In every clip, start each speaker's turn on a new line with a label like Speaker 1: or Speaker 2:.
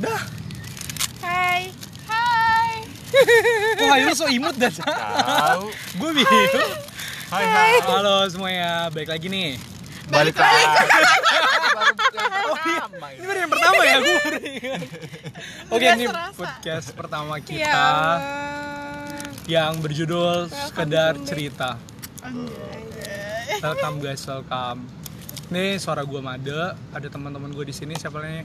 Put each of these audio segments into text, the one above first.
Speaker 1: Dah.
Speaker 2: Hai. Hai.
Speaker 1: Wah, lu so imut dah.
Speaker 3: Tahu.
Speaker 1: Gue begitu.
Speaker 3: Hai hai.
Speaker 1: Halo semuanya, balik lagi nih.
Speaker 3: Balik lagi. Baru yang pertama
Speaker 1: Ini
Speaker 3: ini.
Speaker 1: baru yang pertama ya gue. Oke,
Speaker 2: Nggak
Speaker 1: ini
Speaker 2: serasa.
Speaker 1: podcast pertama
Speaker 2: Ya
Speaker 1: kita
Speaker 2: Allah.
Speaker 1: yang berjudul
Speaker 2: Welcome
Speaker 1: sekedar
Speaker 2: to me.
Speaker 1: cerita.
Speaker 2: Anjay.
Speaker 1: Welcome guys, welcome. Nih suara gue made, ada teman-teman gue di sini siapa nih?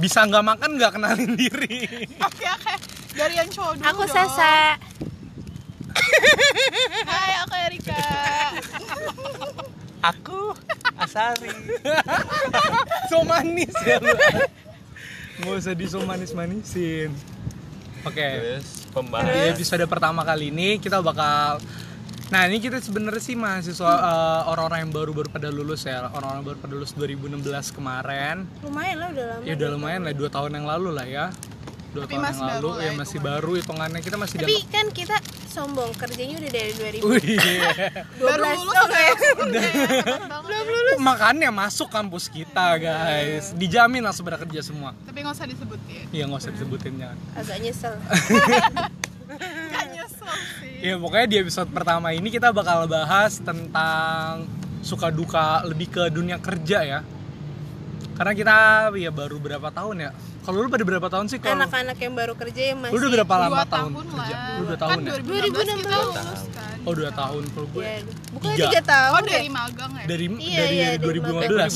Speaker 1: Bisa nggak makan nggak kenalin diri.
Speaker 2: Oke oke. Dari yang cowok dulu
Speaker 4: Aku
Speaker 2: dong.
Speaker 4: Sasa.
Speaker 2: Hai, aku Erika.
Speaker 3: Aku Asari.
Speaker 1: so manis ya lu. Nggak usah di so manis manisin. Oke.
Speaker 3: Terus
Speaker 1: Di
Speaker 3: pembahasan
Speaker 1: episode pertama kali ini kita bakal Nah ini kita sebenarnya sih mahasiswa
Speaker 2: Hmm.
Speaker 1: eh, orang-orang yang baru-baru pada lulus ya Orang-orang baru pada lulus 2016 kemarin
Speaker 4: Lumayan lah udah lama.
Speaker 1: Ya udah lumayan lah 2 tahun yang lalu lah ya 2
Speaker 2: Tapi
Speaker 1: tahun yang
Speaker 2: masih baru
Speaker 1: lalu
Speaker 2: lah
Speaker 1: ya
Speaker 2: itu kan.
Speaker 1: masih
Speaker 2: mah.
Speaker 1: baru hitungannya kita masih
Speaker 4: Tapi kan kita sombong kerjanya udah dari 2012
Speaker 1: Wih,
Speaker 2: Baru lulus
Speaker 4: tuh.
Speaker 2: udah ya. Belum lulus.
Speaker 1: makanya masuk kampus kita guys Dijamin langsung pada kerja semua
Speaker 2: Tapi nggak usah disebutin.
Speaker 1: Iya nggak usah disebutin jangan
Speaker 4: agak nyesel.
Speaker 2: Gak nyesel sih.
Speaker 1: Ya pokoknya di episode pertama ini kita bakal bahas tentang suka duka lebih ke dunia kerja ya. Karena kita ya baru berapa tahun ya? Kalau lu pada berapa tahun sih kalau
Speaker 4: Anak-anak yang baru kerja yang
Speaker 1: lu
Speaker 4: masih
Speaker 1: udah berapa lama
Speaker 2: Dua
Speaker 1: tahun,
Speaker 2: tahun
Speaker 1: kerja?
Speaker 2: lah.
Speaker 1: Lu dua
Speaker 2: Kan
Speaker 1: tahun ya?
Speaker 2: 2016 kita
Speaker 4: 2016.
Speaker 2: lulus kan.
Speaker 1: Oh dua tahun kalau gue
Speaker 4: Ya, bukan
Speaker 1: Tiga.
Speaker 4: tiga, tahun.
Speaker 2: Oh,
Speaker 4: ya?
Speaker 2: dari magang ya?
Speaker 1: dari
Speaker 4: Iya,
Speaker 1: dari
Speaker 4: iya, dari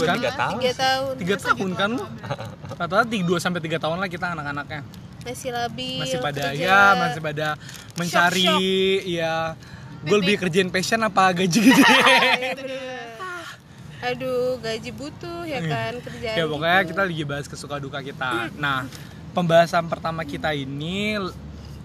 Speaker 1: 2015 kan?
Speaker 3: tiga tahun.
Speaker 4: Tiga tahun.
Speaker 1: Tiga tahun kan lu?
Speaker 2: tahun.
Speaker 1: Rata-rata tiga- dua sampai tiga tahun lah kita anak-anaknya
Speaker 4: Masih labil.
Speaker 1: masih pada
Speaker 4: kerja. Iya,
Speaker 1: ya masih pada mencari ya gue lebih kerjain passion apa gaji gede
Speaker 4: Iya, bener. Aduh, gaji butuh ya kan kerjaan.
Speaker 1: Ah. ya pokoknya
Speaker 4: gitu.
Speaker 1: kita lagi bahas kesuka duka kita nah pembahasan pertama kita ini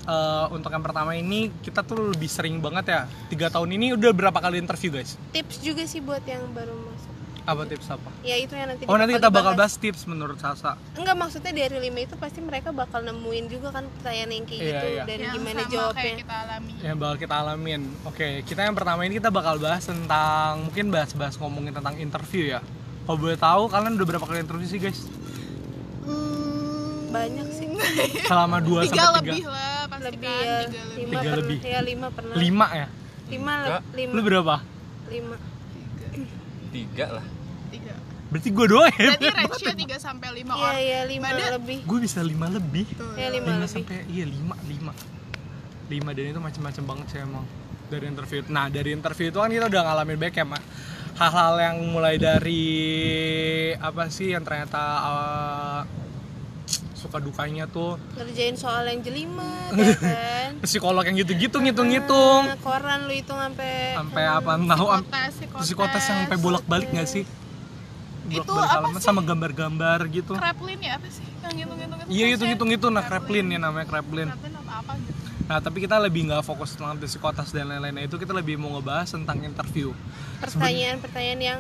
Speaker 1: eh, untuk yang pertama ini kita tuh lebih sering banget ya tiga tahun ini udah berapa kali interview guys
Speaker 4: tips juga sih buat yang baru masuk.
Speaker 1: apa tips apa
Speaker 4: Ya itu yang nanti
Speaker 1: oh nanti kita bakal
Speaker 4: dibahas.
Speaker 1: bahas tips menurut Sasa
Speaker 4: Enggak maksudnya dari lima itu pasti mereka bakal nemuin juga kan pertanyaan yang kayak
Speaker 1: Iya,
Speaker 4: gitu
Speaker 1: iya.
Speaker 4: dari
Speaker 2: Yang
Speaker 4: gimana
Speaker 2: Ya, sama
Speaker 4: jawabnya.
Speaker 2: kayak gitu. kita alami.
Speaker 1: yang bakal kita alamin oke kita yang pertama ini kita bakal bahas tentang mungkin bahas-bahas ngomongin tentang interview ya kalau boleh tahu kalian udah berapa kali interview sih guys
Speaker 4: Banyak sih.
Speaker 1: selama dua
Speaker 2: tiga
Speaker 1: sampai tiga
Speaker 2: lebih lah pasti
Speaker 4: lebih
Speaker 2: kan
Speaker 4: ya,
Speaker 2: tiga lebih
Speaker 4: lima
Speaker 1: Tiga
Speaker 4: pernah-
Speaker 1: lebih.
Speaker 4: ya lima pernah
Speaker 1: lima ya
Speaker 4: lima
Speaker 3: Enggak.
Speaker 4: lima
Speaker 1: lu berapa
Speaker 4: lima
Speaker 3: tiga lah.
Speaker 2: tiga
Speaker 1: berarti gue doang ya
Speaker 2: berarti ratio tiga sampai lima
Speaker 4: iya
Speaker 2: orang
Speaker 4: iya lima
Speaker 2: Mada-
Speaker 4: lebih
Speaker 1: gue bisa lima lebih
Speaker 2: Tuh.
Speaker 4: ya lima
Speaker 1: lima
Speaker 4: lebih
Speaker 1: sampai iya lima lima lima dan itu macam-macam banget sih emang dari interview nah dari interview itu kan kita udah ngalamin back ya mak hal-hal yang mulai dari apa sih yang ternyata uh, suka dukanya tuh
Speaker 4: ngerjain soal yang jelimet ya kan
Speaker 1: psikolog yang gitu-gitu
Speaker 2: Iya,
Speaker 1: ngitung-ngitung
Speaker 4: Nah, koran lu hitung sampai
Speaker 1: sampai apa tahu Oh, am-
Speaker 2: psikotes
Speaker 1: terus psikotes yang sampai bolak-balik nggak sih
Speaker 2: Itu
Speaker 1: Bolak-balik
Speaker 2: apa
Speaker 1: halaman
Speaker 2: sih?
Speaker 1: sama gambar-gambar gitu
Speaker 2: Kraplin ya apa sih yang ngitung-ngitung itu
Speaker 1: iya
Speaker 2: kan, Sen?
Speaker 1: hitung-hitung itu nah kreplin ya namanya kreplin
Speaker 2: Kraplin apa apa gitu
Speaker 1: Nah, tapi kita lebih nggak fokus tentang psikotes dan lain-lainnya itu kita lebih mau ngebahas tentang interview. Iya.
Speaker 4: pertanyaan pertanyaan yang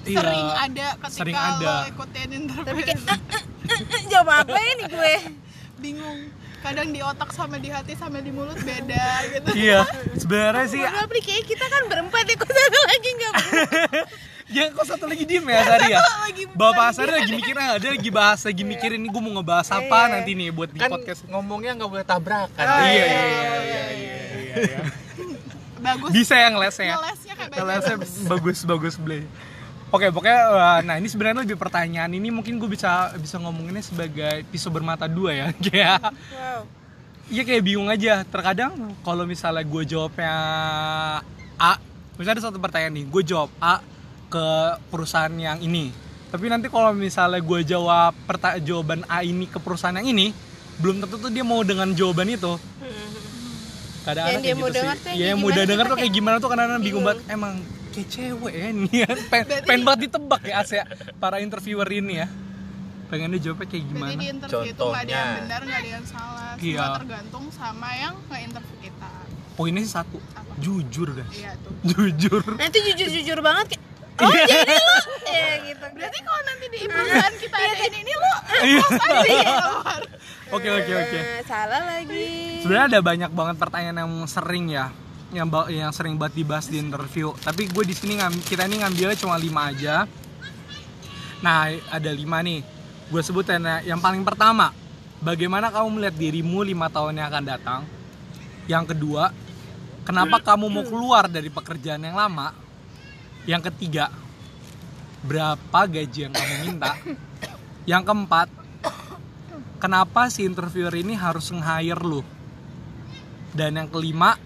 Speaker 2: sering ada ketika
Speaker 1: sering ada.
Speaker 2: lo ikutin
Speaker 4: tapi
Speaker 2: interview
Speaker 4: kayak jawab apa ini gue
Speaker 2: bingung kadang di otak sama di hati sama di mulut beda gitu
Speaker 1: Iya. Sebenarnya sih
Speaker 4: Padahal beli kayak kita kan berempat ya kok satu lagi nggak bener.
Speaker 1: ya kok satu lagi diem ya Sari ya.
Speaker 2: lagi
Speaker 1: Bapak Sari lagi mikirnya dia lagi bahas lagi mikirin gue mau ngebahas apa
Speaker 4: Iya.
Speaker 1: nanti nih buat di
Speaker 3: Kan
Speaker 1: podcast.
Speaker 3: ngomongnya nggak boleh tabrakan.
Speaker 1: Iya
Speaker 3: Iya.
Speaker 1: iya iya iya iya. iya.
Speaker 2: bagus
Speaker 1: Bisa ya yang lesnya.
Speaker 2: ngelesnya kayak gitu.
Speaker 1: Kalau
Speaker 2: baca
Speaker 1: saya bagus bagus beli. Oke, pokoknya eh, nah ini sebenarnya lebih pertanyaan ini mungkin gue bisa bisa ngomonginnya sebagai pisau bermata dua ya, kayak
Speaker 4: wow
Speaker 1: Iya kayak bingung aja. Terkadang kalau misalnya gue jawabnya A, misalnya ada satu pertanyaan nih, gue jawab A ke perusahaan yang ini. Tapi nanti kalau misalnya gue jawab perta- jawaban A ini ke perusahaan yang ini, belum tentu tuh dia mau dengan jawaban itu. Kadang
Speaker 4: Yang dia mau denger tuh
Speaker 1: Iya,
Speaker 4: yang kayak
Speaker 1: yang mau
Speaker 4: gimana,
Speaker 1: denger
Speaker 4: kita
Speaker 1: tuh kayak gimana tuh kadang-kadang bingung banget.
Speaker 4: bingung.
Speaker 1: Emang kayak cewek ya ini ya. Pen, pengen banget ditebak ya Asia para interviewer ini ya. Pengennya jawabnya kayak
Speaker 2: Berarti di
Speaker 1: gimana?
Speaker 2: interview itu nggak ada yang
Speaker 3: Contohnya.
Speaker 2: benar, nggak ada yang salah.
Speaker 1: Iya.
Speaker 2: Semua tergantung sama yang nge-interview kita.
Speaker 1: Poinnya sih satu,
Speaker 2: Apa?
Speaker 1: jujur guys.
Speaker 2: Iya tuh.
Speaker 1: Jujur.
Speaker 4: nanti jujur jujur banget kayak
Speaker 1: Iya.
Speaker 4: oh jadi lu ya gitu
Speaker 2: Berarti kalau nanti di perusahaan kita ada ini, ini lo
Speaker 1: Iya.
Speaker 2: pasti keluar.
Speaker 1: Oke oke oke.
Speaker 4: Nah, salah lagi
Speaker 1: Sebenarnya ada banyak banget pertanyaan yang sering ya, yang ba- yang sering banget dibahas di interview. Tapi gue di sini ngam- kita ini ngambilnya cuma lima aja. Nah ada lima nih. gue sebutin ya. Yang paling pertama, bagaimana kamu melihat dirimu lima tahun yang akan datang? Yang kedua, kenapa kamu mau keluar dari pekerjaan yang lama? Yang ketiga, berapa gaji yang kamu minta? Yang keempat, kenapa si interviewer ini harus nge-hire lu? Dan yang kelima,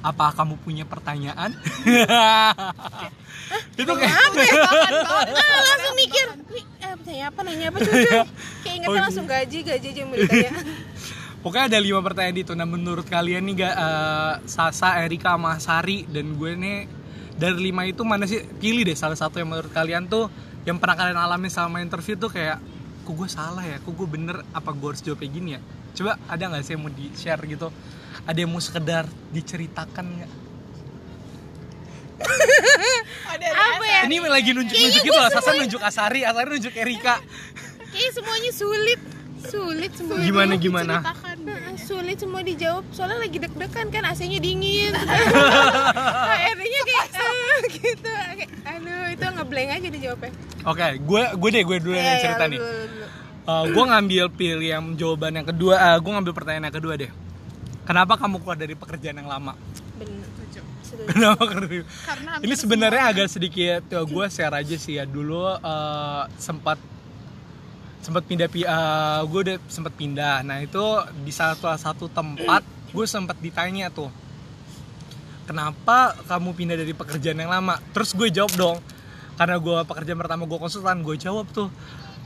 Speaker 1: apa kamu punya pertanyaan? itu kayak
Speaker 4: Apa ya? Ah, langsung mikir. Nih, eh, nanya apa, nanya apa, cucu? Kayak ingetnya langsung gaji, gaji aja yang ya. mau ditanya.
Speaker 1: Pokoknya ada lima pertanyaan itu. Nah menurut kalian nih ga- eh, Sasa, Erika, Masari dan gue nih dari lima itu mana sih pilih deh salah satu yang menurut kalian tuh yang pernah kalian alami sama interview tuh kayak kok gue salah ya, kok gue bener apa gue harus jawab kayak gini ya. Coba ada nggak sih yang mau di share gitu? Ada yang mau sekedar diceritakan nggak?
Speaker 2: Ada
Speaker 4: Apa ya?
Speaker 1: Ini lagi nunjuk-nunjuk gitu lah. Sasa nunjuk Asari, Asari nunjuk Erika.
Speaker 4: Kayak Iya, semuanya sulit. Sulit semua.
Speaker 1: Gimana gimana?
Speaker 2: Ceritakan.
Speaker 4: Heeh, sulit semua dijawab soalnya lagi deg-degan kan AC-nya dingin akhirnya kayak eh, gitu kayak aduh itu ngeblank aja dijawabnya
Speaker 1: Oke, gue gue deh gue
Speaker 4: Iya,
Speaker 1: dulu yang cerita nih. Eh, gue ngambil pilih yang jawaban yang kedua eh, gue ngambil pertanyaan yang kedua deh kenapa kamu keluar dari pekerjaan yang lama
Speaker 4: bener
Speaker 2: Setuju.
Speaker 4: setuju.
Speaker 1: kenapa kerja
Speaker 2: Karena hampir
Speaker 1: ini sebenarnya agak sedikit tuh gue share aja sih ya dulu eh, sempat sempat pindah pi- eh, gue udah sempat pindah nah itu di salah satu tempat gue sempat ditanya tuh kenapa kamu pindah dari pekerjaan yang lama terus gue jawab dong karena gue pekerjaan pertama gue konsultan gue jawab tuh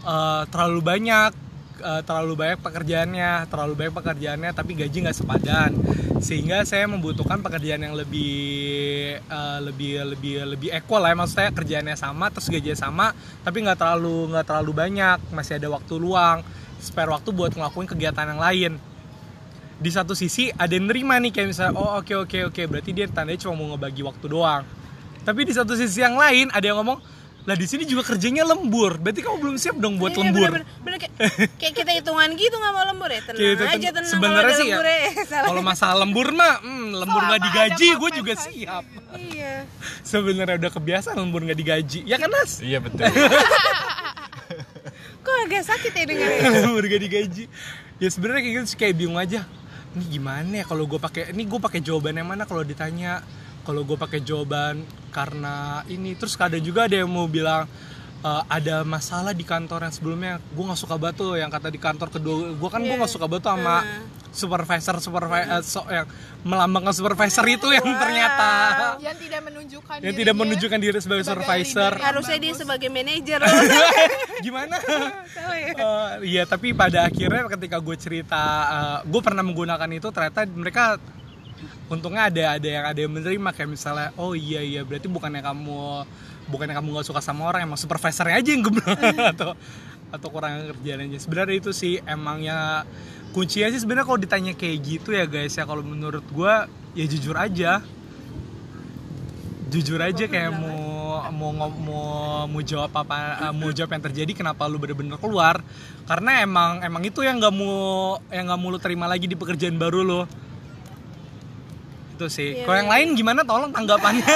Speaker 1: "Eh, terlalu banyak eh, terlalu banyak pekerjaannya terlalu banyak pekerjaannya tapi gaji nggak sepadan sehingga saya membutuhkan pekerjaan yang lebih eh, lebih lebih lebih equal lah ya. maksudnya kerjaannya sama terus gajinya sama tapi nggak terlalu nggak terlalu banyak masih ada waktu luang spare waktu buat ngelakuin kegiatan yang lain di satu sisi ada yang nerima nih kayak misalnya oh oke oke oke berarti dia tandanya cuma mau ngebagi waktu doang tapi di satu sisi yang lain ada yang ngomong lah di sini juga kerjanya lembur berarti kamu belum siap dong buat
Speaker 4: Iya,
Speaker 1: lembur
Speaker 4: bener, bener, bener, kayak, kayak kita hitungan gitu nggak mau lembur ya tenang
Speaker 1: Kayak itu-
Speaker 4: aja tenang
Speaker 1: sebenarnya
Speaker 4: kalau ada
Speaker 1: sih ya,
Speaker 4: lembur ya. Salah.
Speaker 1: kalau masalah lembur mah hmm, lembur nggak
Speaker 2: Selama
Speaker 1: digaji
Speaker 2: ada
Speaker 1: gue juga
Speaker 2: kompensasi.
Speaker 1: siap
Speaker 4: iya
Speaker 1: sebenarnya udah kebiasaan lembur nggak digaji ya kan Nas
Speaker 3: Iya betul.
Speaker 4: kok agak sakit ya dengarnya
Speaker 1: lembur nggak digaji ya sebenarnya kayak gitu sih, kayak bingung aja ini gimana ya kalau gue pakai ini gue pakai jawaban yang mana kalau ditanya kalau gue pakai jawaban karena ini terus kadang juga ada yang mau bilang e, ada masalah di kantor yang sebelumnya gue nggak suka batu yang kata di kantor kedua gue kan gue
Speaker 2: Iya.
Speaker 1: nggak suka batu sama
Speaker 4: Heeh.
Speaker 1: supervisor supervisor yang melambangkan supervisor itu yang
Speaker 2: Iya.
Speaker 1: ternyata
Speaker 2: Yang tidak menunjukkan
Speaker 1: yang tidak
Speaker 2: dirinya.
Speaker 1: menunjukkan diri sebagai
Speaker 2: Iya, sebagai
Speaker 1: supervisor
Speaker 2: leader yang
Speaker 4: harusnya dia
Speaker 2: bagus.
Speaker 4: sebagai manajer
Speaker 1: Iya,
Speaker 4: loh
Speaker 1: gimana
Speaker 4: salah ya
Speaker 1: Eh, Iya, tapi pada akhirnya ketika gue cerita, gue pernah menggunakan itu ternyata mereka untungnya ada ada yang ada yang menerima kayak misalnya, oh iya iya berarti bukannya kamu bukannya kamu nggak suka sama orang emang supervisornya aja yang geblek atau atau kurang kerjaannya sebenarnya itu sih emangnya kuncinya sih sebenarnya kalau ditanya kayak gitu ya guys ya kalau menurut gue ya jujur aja jujur aja kayak mau mau ngom- mau mau jawab apa eh, mau jawab yang terjadi kenapa lu bener-bener keluar karena emang emang itu yang nggak mau yang nggak mau lu terima lagi di pekerjaan baru lo itu sih
Speaker 4: Iya,
Speaker 1: kalau yang lain gimana tolong tanggapannya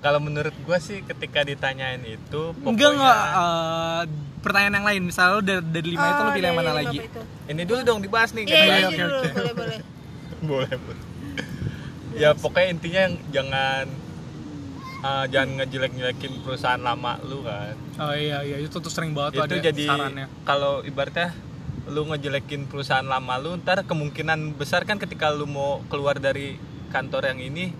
Speaker 3: Kalau menurut gua sih ketika ditanyain itu pokoknya
Speaker 1: enggak enggak eh, pertanyaan yang lain misalnya lu dari, dari lima itu lu
Speaker 4: Oh,
Speaker 1: pilih yang
Speaker 4: dari
Speaker 1: mana
Speaker 4: lima
Speaker 1: lagi Iya,
Speaker 4: apa itu?
Speaker 3: ini dulu dong dibahas nih
Speaker 4: iya
Speaker 1: Oke,
Speaker 4: iya
Speaker 3: katanya.
Speaker 1: oke,
Speaker 4: iya, dulu
Speaker 1: oke.
Speaker 4: boleh boleh
Speaker 3: boleh boleh ya pokoknya intinya yang jangan uh, jangan ngejelek-jelekin perusahaan lama lu kan
Speaker 1: oh iya iya itu tuh sering banget tuh
Speaker 3: itu
Speaker 1: ada
Speaker 3: jadi
Speaker 1: sarannya
Speaker 3: kalau ibaratnya lu ngejelekin perusahaan lama lu ntar kemungkinan besar kan ketika lu mau keluar dari kantor yang ini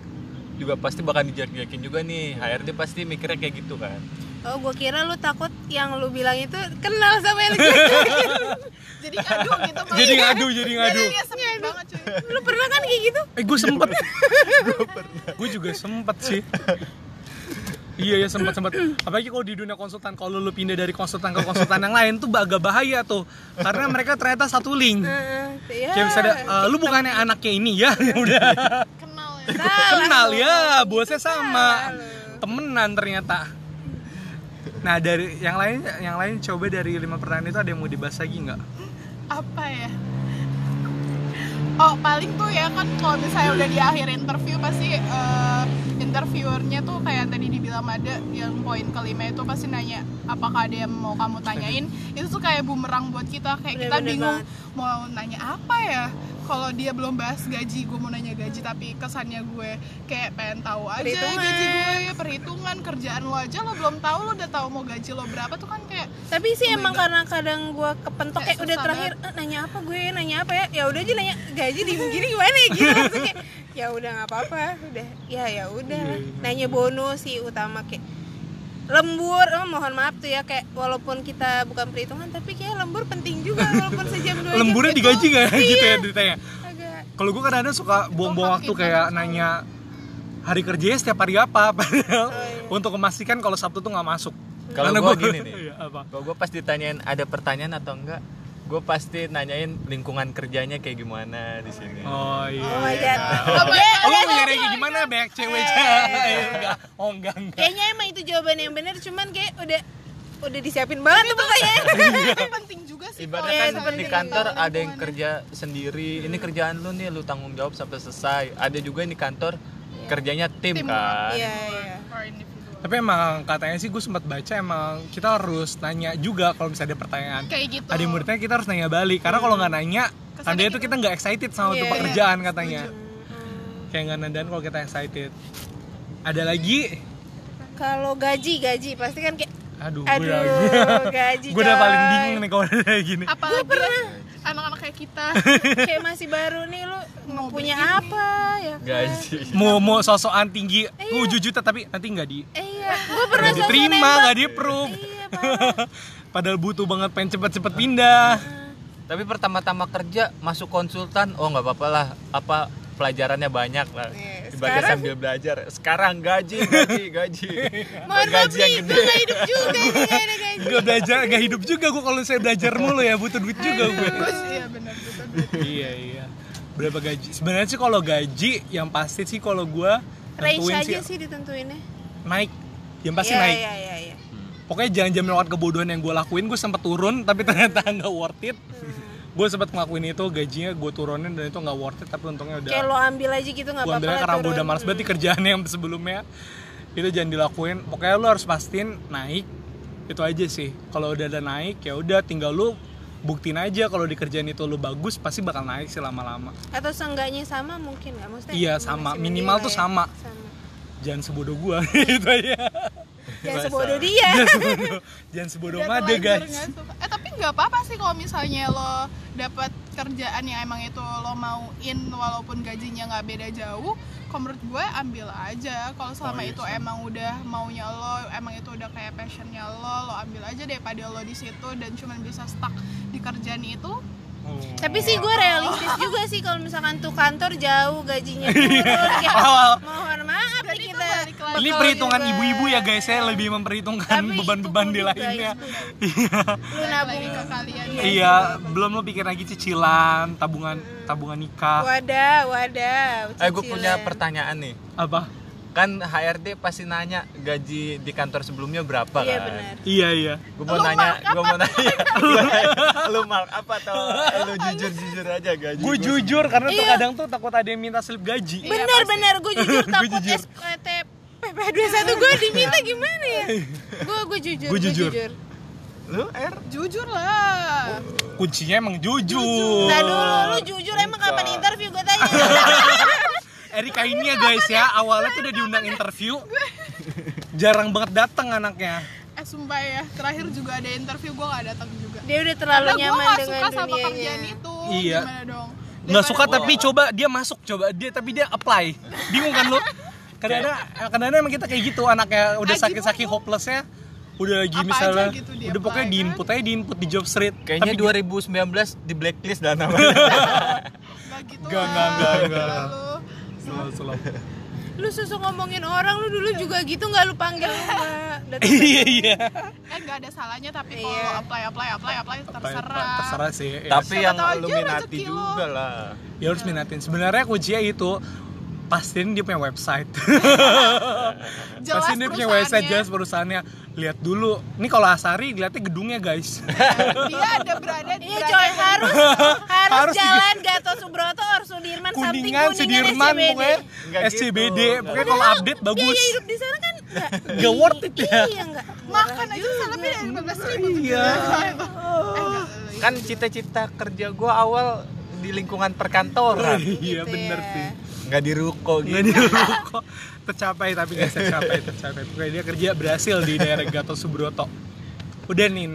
Speaker 3: juga pasti bakal dijelek-jelekin juga nih HRD pasti mikirnya kayak gitu kan
Speaker 4: Oh, gue kira lu takut yang lu bilang itu kenal sama yang lu
Speaker 2: Jadi ngadu gitu Mas.
Speaker 1: jadi ngadu jadi ngadu
Speaker 2: Iya, sempit banget cuy.
Speaker 4: Lu pernah kan kayak gitu?
Speaker 1: eh gue sempet gue juga sempet sih iya ya sempet sempet apalagi kalau di dunia konsultan kalau lu pindah dari konsultan ke konsultan yang lain tuh agak bahaya tuh karena mereka ternyata satu link
Speaker 4: Heeh, ya.
Speaker 1: kayak misalnya eh, lu bukannya anaknya ini ya ya udah
Speaker 2: Kenal ya.
Speaker 1: kenal ya bosnya sama temenan ternyata nah dari yang lain yang lain coba dari lima pertanyaan itu ada yang mau dibahas lagi nggak
Speaker 2: apa ya oh paling tuh ya kan kalau misalnya udah di akhir interview pasti eh, interviewernya tuh kayak tadi dibilang ada yang poin kelima itu pasti nanya apakah ada yang mau kamu tanyain itu tuh kayak bumerang buat kita kayak kita
Speaker 4: Bener-bener
Speaker 2: bingung mau nanya apa ya kalau dia belum bahas gaji gue mau nanya gaji tapi kesannya gue kayak pengen tahu aja
Speaker 4: Perhitungan.
Speaker 2: gaji gue perhitungan kerjaan lo aja lo belum tahu lo udah tahu mau gaji lo berapa tuh kan kayak
Speaker 4: tapi sih
Speaker 2: Oh my
Speaker 4: emang
Speaker 2: God.
Speaker 4: karena kadang gue kepentok
Speaker 2: Kayak
Speaker 4: kayak udah
Speaker 2: susah
Speaker 4: terakhir "Eh, nanya apa gue nanya apa ya ya udah aja nanya gaji di gini gimana ya gitu Langsung kayak, ya udah nggak apa-apa udah ya ya udah lah." nanya bonus sih utama kayak lembur emang mohon maaf tuh ya kayak walaupun kita bukan perhitungan tapi kayak lembur penting juga walaupun sejam dua jam
Speaker 1: Lemburnya
Speaker 4: gitu.
Speaker 1: digaji nggak gitu ya ditanya.
Speaker 4: agak
Speaker 1: Kalau gue kadang-kadang suka
Speaker 4: Oh,
Speaker 1: buang-buang waktu
Speaker 2: makin
Speaker 1: kayak nanya hari kerjanya setiap hari apa padahal
Speaker 4: iya.
Speaker 1: untuk memastikan kalau Sabtu tuh nggak masuk.
Speaker 3: Kalau
Speaker 1: Karena
Speaker 3: gua
Speaker 1: gua-
Speaker 3: gini nih.
Speaker 1: Iya, apa?
Speaker 3: Kalau gue pasti tanyain ada pertanyaan atau enggak, gue pasti nanyain lingkungan kerjanya kayak gimana di sini.
Speaker 1: Oh iya.
Speaker 4: oh iya, my god
Speaker 1: Oh, lu nyari kayak gimana banyak cewek
Speaker 4: Iya,
Speaker 1: Eh, enggak. Oh enggak enggak.
Speaker 4: kayaknya emang itu jawaban yang benar cuman kayak udah udah disiapin banget tuh pertanyaan
Speaker 2: itu Eh, penting juga sih kalau
Speaker 3: Ibaratnya
Speaker 2: misalnya
Speaker 3: kan di
Speaker 2: kita
Speaker 3: kantor
Speaker 2: ngomongin
Speaker 3: ada yang
Speaker 2: lingkungannya.
Speaker 3: kerja sendiri, ini kerjaan lu nih lu tanggung jawab sampai selesai. Ada juga yang di kantor kerjanya tim
Speaker 2: Tim.
Speaker 3: kan.
Speaker 4: iya iya
Speaker 2: Or individual.
Speaker 1: Tapi emang katanya sih gue sempat baca emang kita harus nanya juga kalau misalnya ada pertanyaan.
Speaker 2: kayak gitu
Speaker 1: Ada muridnya kita harus nanya balik karena kalau nggak nanya
Speaker 2: Kesannya
Speaker 1: tanda itu kita nggak excited sama tuh
Speaker 4: Hmm. gitu. Iya, Hmm.
Speaker 1: pekerjaan katanya. Kayak nggak nandan kalau kita excited. Ada lagi?
Speaker 4: Kalau gaji, gaji pasti kan kayak
Speaker 1: Aduh,
Speaker 4: aduh
Speaker 1: gue udah,
Speaker 4: gaji.
Speaker 1: gue ya. udah
Speaker 4: coy.
Speaker 1: paling bingung nih kalau udah kayak gini.
Speaker 2: apalagi anak-anak kayak kita
Speaker 4: kayak masih baru nih lu
Speaker 2: Mau
Speaker 4: mau punya
Speaker 2: beli
Speaker 4: apa ya? kan?
Speaker 3: Gaji.
Speaker 1: Mau mau sosokan tinggi
Speaker 4: Iya.
Speaker 1: 7 juta tapi nanti nggak di
Speaker 4: Eh, iya, gua pernah
Speaker 1: nggak
Speaker 4: sama
Speaker 1: diterima,
Speaker 4: nembak.
Speaker 1: nggak di approve.
Speaker 4: Iya, parah.
Speaker 1: Padahal butuh banget pengen cepet-cepet pindah.
Speaker 3: Tapi pertama-tama kerja masuk konsultan, oh nggak apa-apa lah. Apa pelajarannya banyak lah.
Speaker 4: Iya,
Speaker 3: Ibaratnya
Speaker 4: sekarang-
Speaker 3: sambil belajar. Sekarang gaji, gaji, gaji.
Speaker 4: Mohon maaf
Speaker 3: gaji
Speaker 4: nih,
Speaker 3: yang
Speaker 4: gua
Speaker 3: gede.
Speaker 4: nggak hidup juga nih, nggak ada gaji.
Speaker 1: Gak belajar, gak hidup juga gue kalau saya belajar mulu ya butuh duit juga gue.
Speaker 2: terus iya benar betul betul.
Speaker 1: iya iya. Berapa gaji? Sebenarnya sih kalau gaji yang pasti sih kalau gue
Speaker 4: Range
Speaker 1: tentuin
Speaker 4: aja
Speaker 1: sih
Speaker 4: sih ditentuinnya.
Speaker 1: naik. Yang pasti
Speaker 4: Iya,
Speaker 1: naik.
Speaker 4: Iya, iya, iya.
Speaker 1: Pokoknya jangan-jangan melakukan kebodohan yang gue lakuin gue sempet turun tapi ternyata nggak worth it.
Speaker 4: Hmm.
Speaker 1: Gue sempet ngelakuin itu gajinya gue turunin dan itu nggak worth it tapi untungnya udah.
Speaker 4: Kayak lo ambil aja gitu nggak
Speaker 1: gue
Speaker 4: apa-apa.
Speaker 1: ambilnya
Speaker 4: lah,
Speaker 1: karena gue
Speaker 4: turun.
Speaker 1: udah males banget di kerjaannya yang sebelumnya itu jangan dilakuin pokoknya lu harus pastiin naik itu aja sih kalau udah ada naik ya udah tinggal lu buktiin aja kalau di kerjaan itu lu bagus pasti bakal naik sih lama-lama
Speaker 4: Atau seenggaknya sama mungkin nggak maksudnya?
Speaker 1: Iya, sama.
Speaker 4: masih
Speaker 1: Minimal
Speaker 4: menilai
Speaker 1: tuh
Speaker 4: ya.
Speaker 1: sama. jangan sebodoh gua gitu aja
Speaker 4: Jangan
Speaker 3: Masa.
Speaker 4: sebodoh dia.
Speaker 1: jangan sebodoh jangan sebodoh
Speaker 2: Deadline
Speaker 1: mada guys
Speaker 2: baru nggak suka. Eh tapi nggak apa-apa sih kalau misalnya lo dapat kerjaan yang emang itu lo mauin walaupun gajinya nggak beda jauh. Kalau menurut gue ambil aja. Kalau
Speaker 3: Oh,
Speaker 2: selama
Speaker 3: iya
Speaker 2: itu emang udah maunya lo, emang itu udah kayak passionnya lo, lo ambil aja daripada lo di situ dan cuman bisa stuck di kerjaan itu.
Speaker 1: Oh.
Speaker 4: Tapi sih gue realistis juga sih kalau misalkan tuh kantor jauh gajinya turun kayak
Speaker 1: Awal.
Speaker 4: mohon maaf nih
Speaker 2: itu
Speaker 4: kita.
Speaker 2: balik lagi.
Speaker 1: ini
Speaker 4: bekal
Speaker 1: perhitungan
Speaker 4: juga.
Speaker 1: ibu-ibu ya guys saya lebih memperhitungkan
Speaker 4: Tapi
Speaker 1: beban-beban
Speaker 4: itu
Speaker 1: di
Speaker 4: kudu,
Speaker 1: lainnya
Speaker 4: guys, kudu.
Speaker 1: iya
Speaker 4: Lu nabung
Speaker 2: Lagi ke kalian.
Speaker 1: iya belum lu pikir lagi cicilan tabungan tabungan
Speaker 4: Ah.
Speaker 1: nikah
Speaker 4: wadah, wadah.
Speaker 3: Eh gue
Speaker 4: cicilan.
Speaker 3: punya pertanyaan nih.
Speaker 1: apa
Speaker 3: Kan HRD pasti nanya gaji di kantor sebelumnya berapa
Speaker 4: Iya
Speaker 3: kan?
Speaker 4: benar.
Speaker 1: iya iya
Speaker 3: gue mau
Speaker 2: Lu
Speaker 3: nanya
Speaker 2: mark
Speaker 3: gue mau nanya lu mark apa atau eh, lu jujur jujur aja gaji
Speaker 1: gue
Speaker 3: gua
Speaker 1: jujur karena tuh
Speaker 4: Iya.
Speaker 1: kadang tuh takut ada yang minta slip gaji
Speaker 4: Bener bener gue jujur
Speaker 1: Gua
Speaker 4: takut
Speaker 1: jujur.
Speaker 4: SPT PP21 gue diminta gimana ya? Gue gue jujur.
Speaker 1: Gua
Speaker 4: gua
Speaker 1: jujur.
Speaker 3: lu R
Speaker 2: Jujur lah.
Speaker 1: kuncinya emang jujur
Speaker 4: Nah dulu lu jujur emang kapan
Speaker 3: Enggak.
Speaker 4: interview gue tanya.
Speaker 1: Erika ini ya guys ya awalnya tuh udah diundang interview jarang banget datang anaknya
Speaker 2: Eh sumpah ya, terakhir juga ada interview gue gak datang juga.
Speaker 4: Dia udah terlalu
Speaker 2: Karena gue
Speaker 4: nyaman
Speaker 2: gak
Speaker 4: dengan
Speaker 2: suka sama
Speaker 4: dunianya.
Speaker 2: kerjaan itu.
Speaker 1: Iya.
Speaker 2: Gimana dong?
Speaker 1: nggak suka
Speaker 2: Daripada-
Speaker 1: tapi coba dia masuk coba dia tapi dia apply bingung kan lu kadang-kadang kadang-kadang emang kita kayak gitu anaknya udah
Speaker 2: Ah,
Speaker 1: saking-saking hopelessnya udah lagi
Speaker 2: Apa aja
Speaker 1: misalnya
Speaker 2: gitu dia
Speaker 1: udah pokoknya
Speaker 2: apply,
Speaker 1: di
Speaker 2: kan?
Speaker 1: input aja di input di job street
Speaker 3: kayaknya
Speaker 1: Tapi
Speaker 3: 2019 di blacklist dan namanya
Speaker 2: Gak gitu
Speaker 1: Gak,
Speaker 2: lah. Gitu.
Speaker 1: gak, gak, gak.
Speaker 2: Gila lu.
Speaker 1: slow, slow.
Speaker 4: Lu susu ngomongin orang lu dulu juga gitu nggak lu panggil gua. Datang
Speaker 1: iya iya
Speaker 2: Eh gak ada salahnya tapi kalau
Speaker 4: Iya.
Speaker 2: apply apply apply apply terserah.
Speaker 1: terserah sih ya.
Speaker 3: tapi
Speaker 2: Siapa
Speaker 3: yang
Speaker 2: tahu aja
Speaker 3: lu minati
Speaker 2: rezeki lu.
Speaker 3: juga lah
Speaker 1: ya harus minatin sebenarnya kuncinya itu pastiin dia punya website
Speaker 2: Jelas
Speaker 1: pastiin dia punya
Speaker 2: perusahaannya.
Speaker 1: website jelas perusahaannya lihat dulu. Ini kalau Asari lihatnya gedungnya guys.
Speaker 2: dia ada berada di
Speaker 4: Iya
Speaker 2: berada
Speaker 4: coy
Speaker 2: di-
Speaker 4: harus harus,
Speaker 1: Harus di-
Speaker 4: jalan Gatot Subroto or Sudirman samping
Speaker 1: Kuningan, Sudirman,
Speaker 4: SCBD.
Speaker 1: pokoknya
Speaker 3: Enggak gitu,
Speaker 1: SCBD.
Speaker 3: enggak.
Speaker 1: Pokoknya kalau update bagus.
Speaker 4: Biaya hidup di sana kan nggak
Speaker 1: Nggak worth it ya.
Speaker 4: Iya nggak. Iya,
Speaker 2: makan aja bisa lebih dari 15 ribu
Speaker 1: Iya.
Speaker 3: kan cita-cita kerja gue awal di lingkungan perkantoran
Speaker 1: Iya
Speaker 4: Gitu ya.
Speaker 1: bener sih.
Speaker 3: nggak di ruko
Speaker 1: Nggak
Speaker 3: gitu
Speaker 1: di ruko. Tercapai tapi nggak tercapai, tercapai. Pokoknya dia kerja berhasil di daerah Gatot Subroto. Udah nih,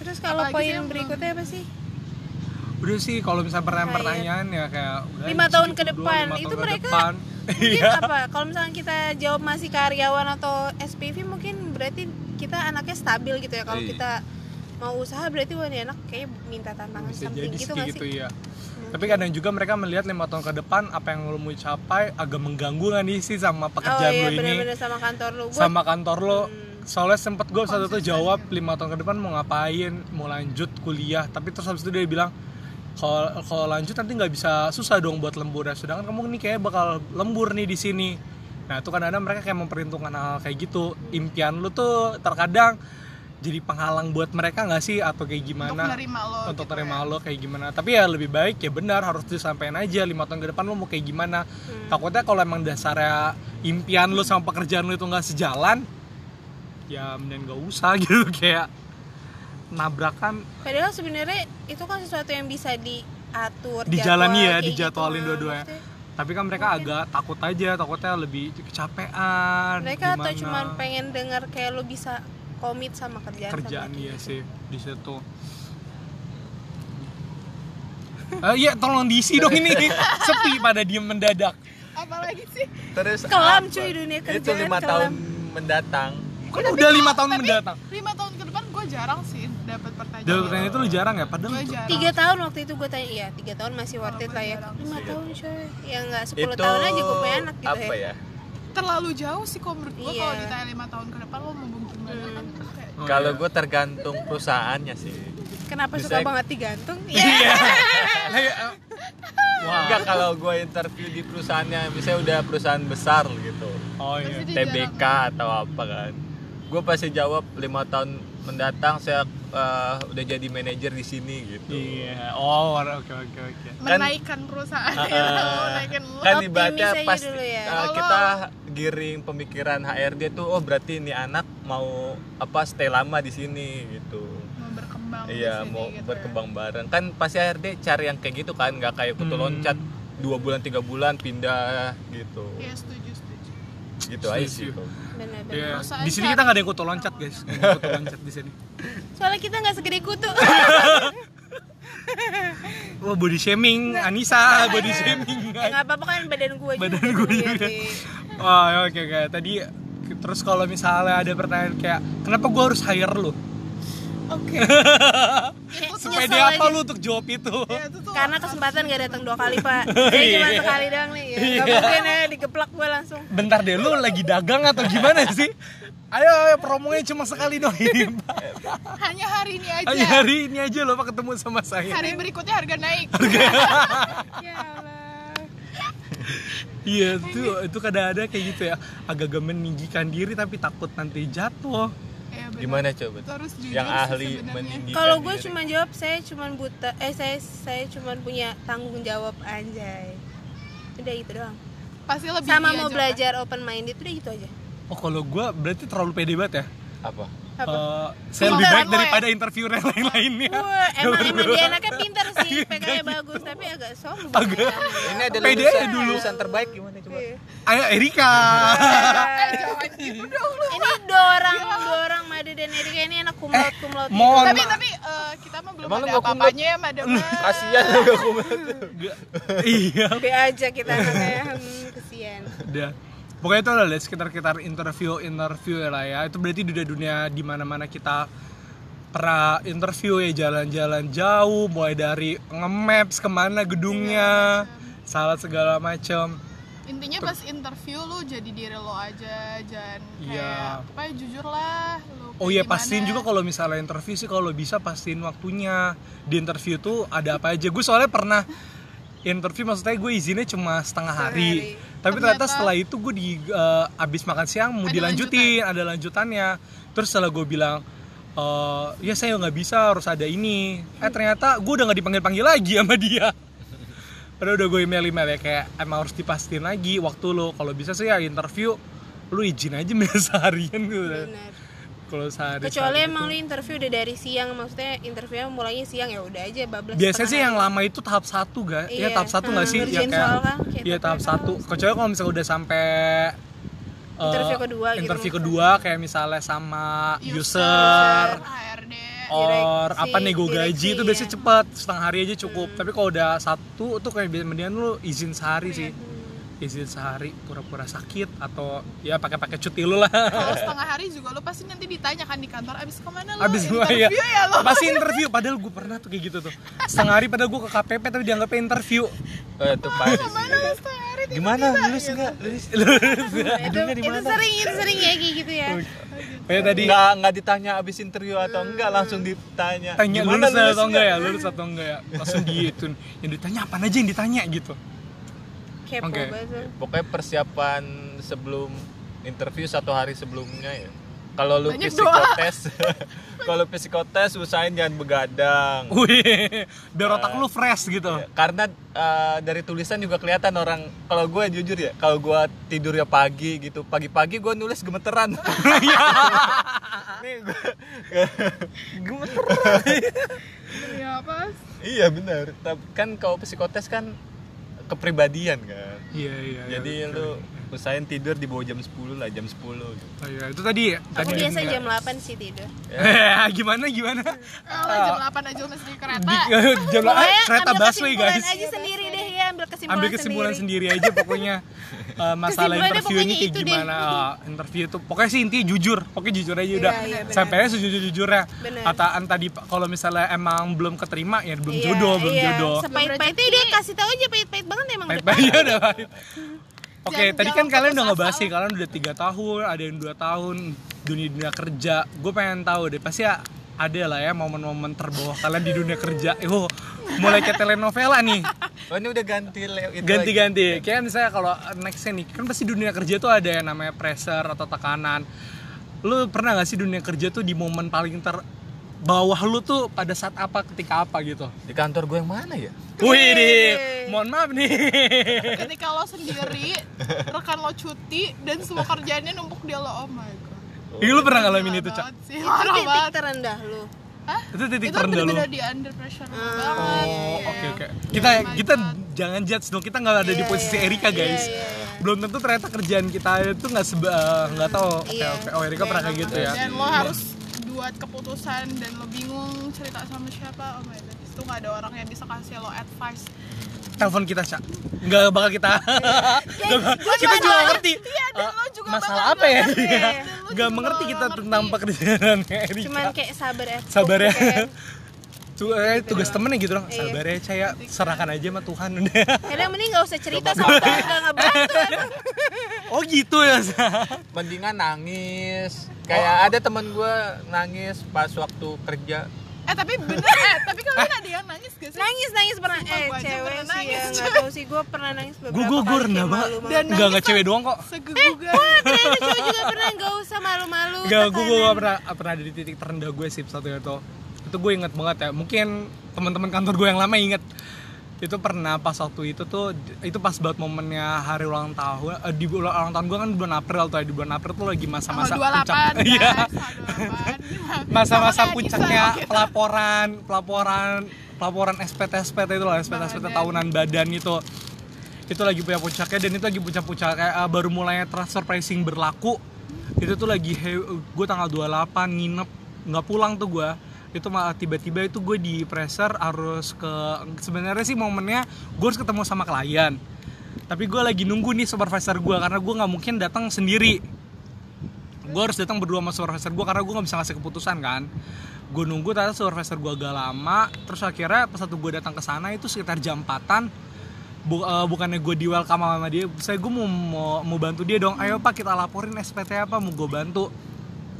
Speaker 4: Terus kalau
Speaker 2: Apalagi sih
Speaker 4: poin
Speaker 2: yang belum-
Speaker 4: berikutnya apa sih?
Speaker 1: Eh, udah sih kalau misalnya pertanyaan-pertanyaan ya kayak guys,
Speaker 4: Iya, Lima tahun
Speaker 1: gitu
Speaker 4: ke
Speaker 1: doang,
Speaker 4: depan.
Speaker 1: lima
Speaker 4: Itu
Speaker 1: tahun ke
Speaker 4: mereka
Speaker 1: depan. Iya.
Speaker 4: Mungkin apa? Kalau misalnya kita jawab masih karyawan atau SPV mungkin berarti kita anaknya stabil gitu ya. Kalau
Speaker 3: Iya.
Speaker 4: kita mau usaha berarti wah ini anak kayak minta tantangan
Speaker 1: bisa
Speaker 4: something
Speaker 1: jadi
Speaker 4: gitu
Speaker 1: sih
Speaker 4: nggak
Speaker 1: kayak
Speaker 4: sih?
Speaker 1: gitu ya tapi kadang juga mereka melihat lima tahun ke depan apa yang lo mau capai agak mengganggu nggak nih sih sama
Speaker 4: Oh
Speaker 1: pekerjaan
Speaker 4: iya
Speaker 1: lo ini
Speaker 4: benar-benar sama kantor lu. Gua
Speaker 1: sama kantor lo
Speaker 4: Hmm.
Speaker 1: soalnya sempet gue satu tuh
Speaker 2: Konsisten
Speaker 1: jawab lima tahun ke depan mau ngapain mau lanjut kuliah tapi terus habis itu dia bilang kalau kalau lanjut nanti nggak bisa susah dong buat lembur ya sedangkan kamu nih kayak bakal lembur nih di sini nah itu kadang-kadang mereka kayak memperhitungkan hal kayak gitu impian lu tuh terkadang jadi penghalang buat mereka nggak sih atau kayak
Speaker 2: untuk
Speaker 1: gimana
Speaker 2: menerima lo
Speaker 1: untuk
Speaker 2: gitu
Speaker 1: terima
Speaker 2: ya.
Speaker 1: lo kayak gimana tapi ya lebih baik ya benar harus disampaikan aja lima tahun ke depan lo mau kayak gimana
Speaker 4: Hmm.
Speaker 1: takutnya kalau emang dasarnya impian lo sama pekerjaan lo itu nggak sejalan ya mending gak usah gitu kayak nabrakan
Speaker 4: Padahal sebenarnya itu kan sesuatu yang bisa diatur,
Speaker 1: Dijalani
Speaker 4: jadwal,
Speaker 1: ya,
Speaker 4: kayak
Speaker 1: dijadwalin
Speaker 4: gitu,
Speaker 1: dua-duanya.
Speaker 4: maksudnya
Speaker 1: tapi kan mereka agak takut aja takutnya lebih kecapean
Speaker 4: Mereka atau
Speaker 1: gimana.
Speaker 4: cuma pengen dengar kayak lo bisa komit sama gitu. kerjaan.
Speaker 1: kerjaan
Speaker 4: sama
Speaker 1: dia sih di situ Eh, iya tolong diisi dong ini sepi pada diem mendadak
Speaker 2: apalagi sih
Speaker 1: iya.
Speaker 3: terus
Speaker 4: Kelam,
Speaker 3: apa?
Speaker 4: cuy, dunia
Speaker 3: itu
Speaker 4: kerjaan,
Speaker 3: lima
Speaker 4: kelam.
Speaker 3: tahun mendatang
Speaker 1: kan udah lima tahun
Speaker 2: Tapi
Speaker 1: mendatang
Speaker 2: lima tahun ke depan gue jarang sih dapat pertanyaan
Speaker 1: Jawab pertanyaan itu lu jarang ya? Padahal
Speaker 2: Gua
Speaker 1: itu
Speaker 2: jarang.
Speaker 4: tiga tahun waktu itu gue tanya iya tiga tahun masih worth it lah ya
Speaker 2: Jarang
Speaker 1: Iya.
Speaker 4: lima
Speaker 3: sih.
Speaker 4: tahun coy ya nggak sepuluh
Speaker 3: itu
Speaker 4: tahun aja gue punya anak gitu
Speaker 3: apa
Speaker 4: ya,
Speaker 3: ya
Speaker 1: Oh,
Speaker 2: terlalu jauh sih kalau menurut gue
Speaker 4: Iya.
Speaker 2: kalau ditanya lima tahun ke depan lo mau gimana kan kayak
Speaker 1: Oh,
Speaker 3: kalau
Speaker 1: iya.
Speaker 3: gue tergantung perusahaannya sih
Speaker 4: kenapa
Speaker 3: Bisa-
Speaker 4: suka banget digantung ya
Speaker 1: Wah.
Speaker 3: enggak kalau gue interview di perusahaannya misalnya udah perusahaan besar gitu
Speaker 1: Oh iya.
Speaker 2: Pasti dia jarang.
Speaker 3: TBK atau apa kan gue pasti jawab lima tahun mendatang saya eh, udah jadi manajer di sini gitu
Speaker 1: Iya. Oh, war- oke oke oke.
Speaker 3: Kan-
Speaker 2: menaikkan perusahaan
Speaker 3: Ah,
Speaker 2: itu
Speaker 3: ah.
Speaker 2: naikin lo
Speaker 3: kan
Speaker 4: Optimis
Speaker 3: ibaratnya
Speaker 4: aja
Speaker 3: pasti
Speaker 4: dulu ya.
Speaker 3: eh,
Speaker 2: Oh,
Speaker 3: kita giring pemikiran HRD tuh oh berarti ini anak mau apa stay lama di sini gitu
Speaker 2: mau berkembang di
Speaker 3: iya
Speaker 2: sini
Speaker 3: mau
Speaker 2: gitu ya.
Speaker 3: berkembang bareng kan pasti HRD cari yang kayak gitu kan nggak kayak
Speaker 1: Hmm.
Speaker 3: kutu loncat dua bulan tiga bulan pindah gitu
Speaker 2: iya setuju setuju
Speaker 3: gitu aja sih
Speaker 1: Setuju.
Speaker 3: kalau-
Speaker 4: benar-benar
Speaker 1: Iya.
Speaker 2: Perusahaan
Speaker 1: Di sini kita nggak ada yang kutu loncat, guys. Nggak ada yang kutu loncat di sini.
Speaker 4: soalnya kita nggak segede kutu
Speaker 1: Iya. Wah, Oh, body shaming Anissa, body shaming.
Speaker 4: ya nggak apa-apa kan badan gue juga
Speaker 1: Badan
Speaker 4: dulu
Speaker 1: gue
Speaker 4: ya
Speaker 1: juga.
Speaker 4: sih.
Speaker 1: Oh, ya, oke oke. Tadi terus kalau misalnya ada pertanyaan kayak kenapa gue harus hire lu?
Speaker 4: oke
Speaker 2: Itu tuh
Speaker 1: Supaya
Speaker 4: Nyesel
Speaker 1: dia apa
Speaker 4: aja.
Speaker 1: lu untuk jawab itu?
Speaker 2: ya, itu tuh
Speaker 4: karena kesempatan gak datang dua kali pak saya cuma
Speaker 1: Iya.
Speaker 4: sekali doang nih ya nggak
Speaker 1: Iya.
Speaker 4: mungkin ya digeplak gue langsung
Speaker 1: Bentar deh, lu lagi dagang atau gimana sih? Ayo, ayo promonya cuma sekali dong
Speaker 2: Iya.
Speaker 1: ini. Pak.
Speaker 2: hanya hari ini aja
Speaker 1: Hari, hari ini aja lo pak ketemu sama saya.
Speaker 2: hari berikutnya harga naik
Speaker 4: ya Allah
Speaker 1: Iya tuh itu kadang-kadang kayak gitu ya agak-agak meninggikan diri tapi takut nanti jatuh.
Speaker 2: Iya, benar.
Speaker 3: gimana coba
Speaker 2: Itu harus jujur
Speaker 3: yang
Speaker 2: sih
Speaker 3: ahli
Speaker 2: sebenarnya.
Speaker 3: meninggikan
Speaker 4: kalau gue
Speaker 3: diri.
Speaker 4: cuma jawab saya cuma buta eh saya saya cuma punya tanggung jawab anjay udah itu doang
Speaker 2: pasti lebih iya
Speaker 4: sama
Speaker 2: dia
Speaker 4: mau
Speaker 2: aja,
Speaker 4: belajar open minded udah gitu aja
Speaker 1: Oh kalau gue berarti terlalu pede banget ya.
Speaker 3: apa
Speaker 4: apa
Speaker 1: Eh, saya
Speaker 2: Pintar
Speaker 1: lebih baik
Speaker 2: lo ya.
Speaker 1: daripada interview yang lain-lainnya.
Speaker 4: Wah, emang emang
Speaker 1: gitu.
Speaker 4: dia anaknya pinter sih, PK-nya bagus, tapi agak sombong.
Speaker 1: Iya, Agak-
Speaker 3: ini ada
Speaker 1: Pede
Speaker 3: lulusan,
Speaker 1: aja dulu.
Speaker 3: lulusan terbaik gimana coba
Speaker 4: Iya.
Speaker 1: Ayo Erika.
Speaker 4: ini dua orang, dua orang Made dan Erika ini anak
Speaker 1: Eh,
Speaker 4: kumlaut kumlaut.
Speaker 1: Mohon
Speaker 2: tapi
Speaker 1: maaf.
Speaker 2: tapi eh, kita mah belum
Speaker 3: Emang lu
Speaker 2: ada
Speaker 3: nggak kumlot?
Speaker 2: apa-apanya ya madam
Speaker 3: kasian juga gue
Speaker 1: iya.
Speaker 4: Be aja kita anaknya hmm, kesian.
Speaker 1: Udah. Pokoknya itu adalah sekitar-sekitar interview-interview lah ya. Itu berarti di dunia di mana-mana kita pernah interview ya jalan-jalan jauh mulai dari nge-maps kemana gedungnya salah segala macam
Speaker 2: intinya pas interview lu jadi diri lo aja jangan
Speaker 1: Iya.
Speaker 2: kayak pokoknya jujur lah lu
Speaker 1: Oh iya
Speaker 2: kayak
Speaker 1: pastiin juga
Speaker 2: gimana.
Speaker 1: kalau misalnya interview sih kalau bisa pastiin waktunya di interview tuh ada apa aja. Gue soalnya pernah interview maksudnya gue izinnya cuma setengah
Speaker 4: Setengah
Speaker 1: hari.
Speaker 4: hari.
Speaker 1: Tapi ternyata,
Speaker 2: Ternyata-
Speaker 1: setelah itu gue di eh, abis makan siang mau
Speaker 2: Ada
Speaker 1: dilanjutin, ada lanjutannya. Terus setelah gue bilang eh, ya saya nggak bisa harus ada ini. Eh ternyata gue udah nggak dipanggil panggil lagi sama dia. Padahal udah gue email email ya kayak emang harus dipastiin lagi waktu lo. Kalau bisa sih ya interview lu izin aja mending seharian gitu.
Speaker 4: benar
Speaker 1: Kalau sehari. gitu.
Speaker 4: kecuali emang lu interview udah dari siang maksudnya interviewnya mulainya siang ya udah aja bablas
Speaker 1: biasanya
Speaker 4: setengah
Speaker 1: sih yang
Speaker 4: hari.
Speaker 1: lama itu tahap satu ga? Iya
Speaker 4: Iya.
Speaker 1: tahap satu nggak
Speaker 4: Hmm,
Speaker 1: sih? Ya
Speaker 4: ngerjain soal kan, kayak
Speaker 1: Iya
Speaker 4: tahap
Speaker 1: tahap satu. Kecuali kalau misalnya udah sampai eh,
Speaker 4: Interview kedua gitu
Speaker 1: interview
Speaker 4: maksudnya.
Speaker 1: kedua kayak misalnya sama
Speaker 2: Iya, User,
Speaker 1: user, Oh.
Speaker 2: HRD
Speaker 1: or
Speaker 4: direksi,
Speaker 1: apa nego gaji
Speaker 4: direksi,
Speaker 1: itu biasanya
Speaker 4: iya. Hmm.
Speaker 1: cepet setengah hari aja cukup. Tapi kalau udah satu tuh kayak bi- mendingan lu izin sehari sih.
Speaker 4: Iya,
Speaker 1: Izin sehari pura-pura sakit atau ya pakai-pakai cuti lu lah.
Speaker 2: kalau setengah hari juga lo pasti nanti ditanya kan di kantor abis kemana lo
Speaker 1: Abis gua iya.
Speaker 2: interview ya, lo
Speaker 1: Pasti interview padahal gue pernah tuh kayak gitu tuh. Setengah hari padahal gue ke KPP tapi dianggapnya interview.
Speaker 3: Oh, itu pasti sih.
Speaker 2: kemana lo setengah hari tiba-tiba gitu.
Speaker 3: Gimana? Lulus enggak? Lulus.
Speaker 4: Nah, itu, itu sering itu sering ya kayak gitu ya
Speaker 1: Kayak tadi Hmm.
Speaker 3: Enggak, enggak ditanya abis interview atau enggak langsung ditanya.
Speaker 1: tanya
Speaker 3: Gimana
Speaker 1: lulus atau enggak ya lulus atau enggak ya langsung gitu yang ditanya apa aja yang ditanya gitu
Speaker 4: kepo
Speaker 1: Oke.
Speaker 4: banget tuh.
Speaker 3: Pokoknya persiapan sebelum interview satu hari sebelumnya ya. Kalau lu
Speaker 2: Banyak
Speaker 3: psikotes, kalau psikotes usahain jangan begadang. Ya,
Speaker 1: wih biar otak lu fresh gitu
Speaker 3: Karena eh, dari tulisan juga kelihatan orang kalau gue jujur ya, kalau gue tidur ya pagi gitu, pagi-pagi gue nulis gemeteran. Nih gua-
Speaker 2: ya apa
Speaker 3: iya benar. Tapi kan kalau psikotes kan kepribadian kan.
Speaker 1: iya iya iya.
Speaker 3: Jadi lu usahain tidur di bawah jam 10 lah, jam 10 gitu.
Speaker 1: Oh, iya, itu tadi ya
Speaker 4: aku
Speaker 1: tadi
Speaker 4: biasa
Speaker 1: juga.
Speaker 4: jam 8 sih tidur
Speaker 1: Eh, gimana gimana
Speaker 2: Ah, lo jam 8 aja lo masih di kereta
Speaker 1: Di- jam ah,
Speaker 4: Pokoknya
Speaker 1: kereta
Speaker 4: ambil
Speaker 1: busway
Speaker 4: kesimpulan
Speaker 1: guys
Speaker 4: aja sendiri deh ya ambil kesimpulan,
Speaker 1: ambil kesimpulan sendiri aja pokoknya Eh, masalah
Speaker 4: Kesimpulannya
Speaker 1: interview ini
Speaker 4: pokoknya
Speaker 1: kayak
Speaker 4: itu deh.
Speaker 1: gimana eh, interview itu pokoknya sih intinya jujur pokoknya jujur aja udah
Speaker 4: iya, benar.
Speaker 1: sampainya sejujur jujurnya
Speaker 4: Benar.
Speaker 1: kataan tadi kalau misalnya emang belum keterima ya belum
Speaker 4: Iya,
Speaker 1: jodoh belum
Speaker 4: iya.
Speaker 1: jodoh
Speaker 4: Sepahit-pahitnya dia kasih tahu aja pahit-pahit banget emang.
Speaker 1: pahit pahit udah pahit oke
Speaker 2: Jangan-
Speaker 1: tadi kan
Speaker 2: jangan
Speaker 1: kalian udah
Speaker 2: putus
Speaker 1: ngebahas
Speaker 2: asa.
Speaker 1: sih kalian udah tiga tahun ada yang dua tahun dunia dunia kerja gue pengen tahu deh pasti ya ada lah ya momen-momen terbawah kalian di dunia kerja oh mulai kayak telenovela nih
Speaker 3: Oh ini udah ganti Leo itu lagi.
Speaker 1: ganti-ganti kayak misalnya kalau nextnya nih kan pasti dunia kerja tuh ada yang namanya pressure atau tekanan lu pernah gak sih dunia kerja tuh di momen paling ter bawah lu tuh pada saat apa ketika apa gitu
Speaker 3: Di kantor gue yang mana ya?
Speaker 1: Wih, nih, mohon maaf nih.
Speaker 2: ketika lo sendiri rekan lo cuti dan semua kerjaannya numpuk dia lo oh my god
Speaker 1: Ini lu pernah ngalamin itu, Cak?
Speaker 2: Banget sih,
Speaker 4: Itu
Speaker 2: parah
Speaker 4: titik
Speaker 2: banget.
Speaker 4: terendah lu.
Speaker 2: Hah?
Speaker 1: Itu titik
Speaker 2: itu
Speaker 1: terendah lu.
Speaker 2: bener-bener di under pressure banget
Speaker 1: Oh, oke oke. Kita kita jangan judge dong. Kita nggak ada di
Speaker 4: Iya,
Speaker 1: posisi
Speaker 4: iya.
Speaker 1: Erika, guys.
Speaker 4: Iya, iya,
Speaker 1: Belum tentu ternyata kerjaan kita itu nggak seba eh, nggak tahu. Oke
Speaker 4: Iya.
Speaker 1: oke. Oh, Erika pernah kayak gitu ya.
Speaker 2: dan lo harus buat keputusan dan lo bingung cerita sama siapa oh my god itu nggak ada orang yang bisa kasih lo advice
Speaker 1: Telepon kita, Cak. Nggak bakal kita. Nggak bakal- kita juga nggak ngerti.
Speaker 2: iya dan lo juga
Speaker 1: Eh, masalah
Speaker 2: bakal
Speaker 1: apa ya?
Speaker 2: ngerti.
Speaker 1: Iya.
Speaker 2: Dan lo
Speaker 1: Nggak
Speaker 2: juga
Speaker 1: mengerti
Speaker 2: bakal
Speaker 1: kita
Speaker 2: ngerti.
Speaker 1: tentang pekerjaan Erika.
Speaker 4: Cuman kayak sabar ya.
Speaker 1: ah. Sabar ya.
Speaker 4: Kayak-
Speaker 1: Tu- eh, tugas temennya gitu dong.
Speaker 4: Iya.
Speaker 1: Sabar ya, Cak. ya. Serahkan aja sama Tuhan udah.
Speaker 4: Kadang mending gak usah cerita sama orang gak ngebantu.
Speaker 1: Oh, gitu ya, Cak.
Speaker 3: Mendingan nangis. Kayak ada temen gue nangis pas waktu kerja.
Speaker 2: eh tapi bener eh tapi kalian ada yang nangis gak sih
Speaker 4: Nangis nangis pernah
Speaker 2: Sumpah,
Speaker 4: eh
Speaker 2: gua aja
Speaker 4: cewek
Speaker 2: pernah
Speaker 4: sih ya
Speaker 2: nangis.
Speaker 4: nggak tahu sih gue pernah nangis beberapa
Speaker 1: Gue gue gue rendah
Speaker 4: kali, kayak
Speaker 1: banget.
Speaker 2: Dan
Speaker 4: malu-malu.
Speaker 1: Enggak enggak
Speaker 2: nangis
Speaker 1: cewek doang kok.
Speaker 2: segegugan
Speaker 4: Wah, ternyata cowok juga pernah gak usah malu-malu.
Speaker 1: Enggak, gue gue
Speaker 4: tekanan.
Speaker 1: pernah pernah ada di titik terendah gue sih satu itu. Itu gue inget banget ya. Mungkin teman-teman kantor gue yang lama inget itu pernah pas waktu itu tuh itu pas banget momennya hari ulang tahun eh, di bulan ulang tahun gue kan bulan April tuh ya. di bulan April tuh lagi
Speaker 2: sama
Speaker 1: masa-masa puncak
Speaker 2: 28 guys,
Speaker 1: iya
Speaker 2: sama 28.
Speaker 1: masa-masa
Speaker 2: Sama kayak
Speaker 1: puncaknya
Speaker 2: Nisa, gitu.
Speaker 1: pelaporan pelaporan pelaporan SPT SPT itu lah SPT SPT
Speaker 2: Badan.
Speaker 1: tahunan badan itu itu lagi punya puncaknya dan itu lagi puncak puncaknya baru mulai transfer pricing berlaku itu tuh lagi gue tanggal 28 nginep nggak pulang tuh gue itu malah tiba-tiba itu gue di pressure harus ke sebenarnya sih momennya gue harus ketemu sama klien tapi gue lagi nunggu nih supervisor gue karena gue nggak mungkin datang sendiri gue harus datang berdua sama supervisor gue karena gue nggak bisa ngasih keputusan kan gue nunggu ternyata supervisor gue agak lama terus akhirnya pas satu gue datang ke sana itu sekitar jam 4-an Bu- eh, bukannya gue di welcome sama dia saya gue mau, mau mau bantu dia dong ayo pak kita laporin SPT apa mau gue bantu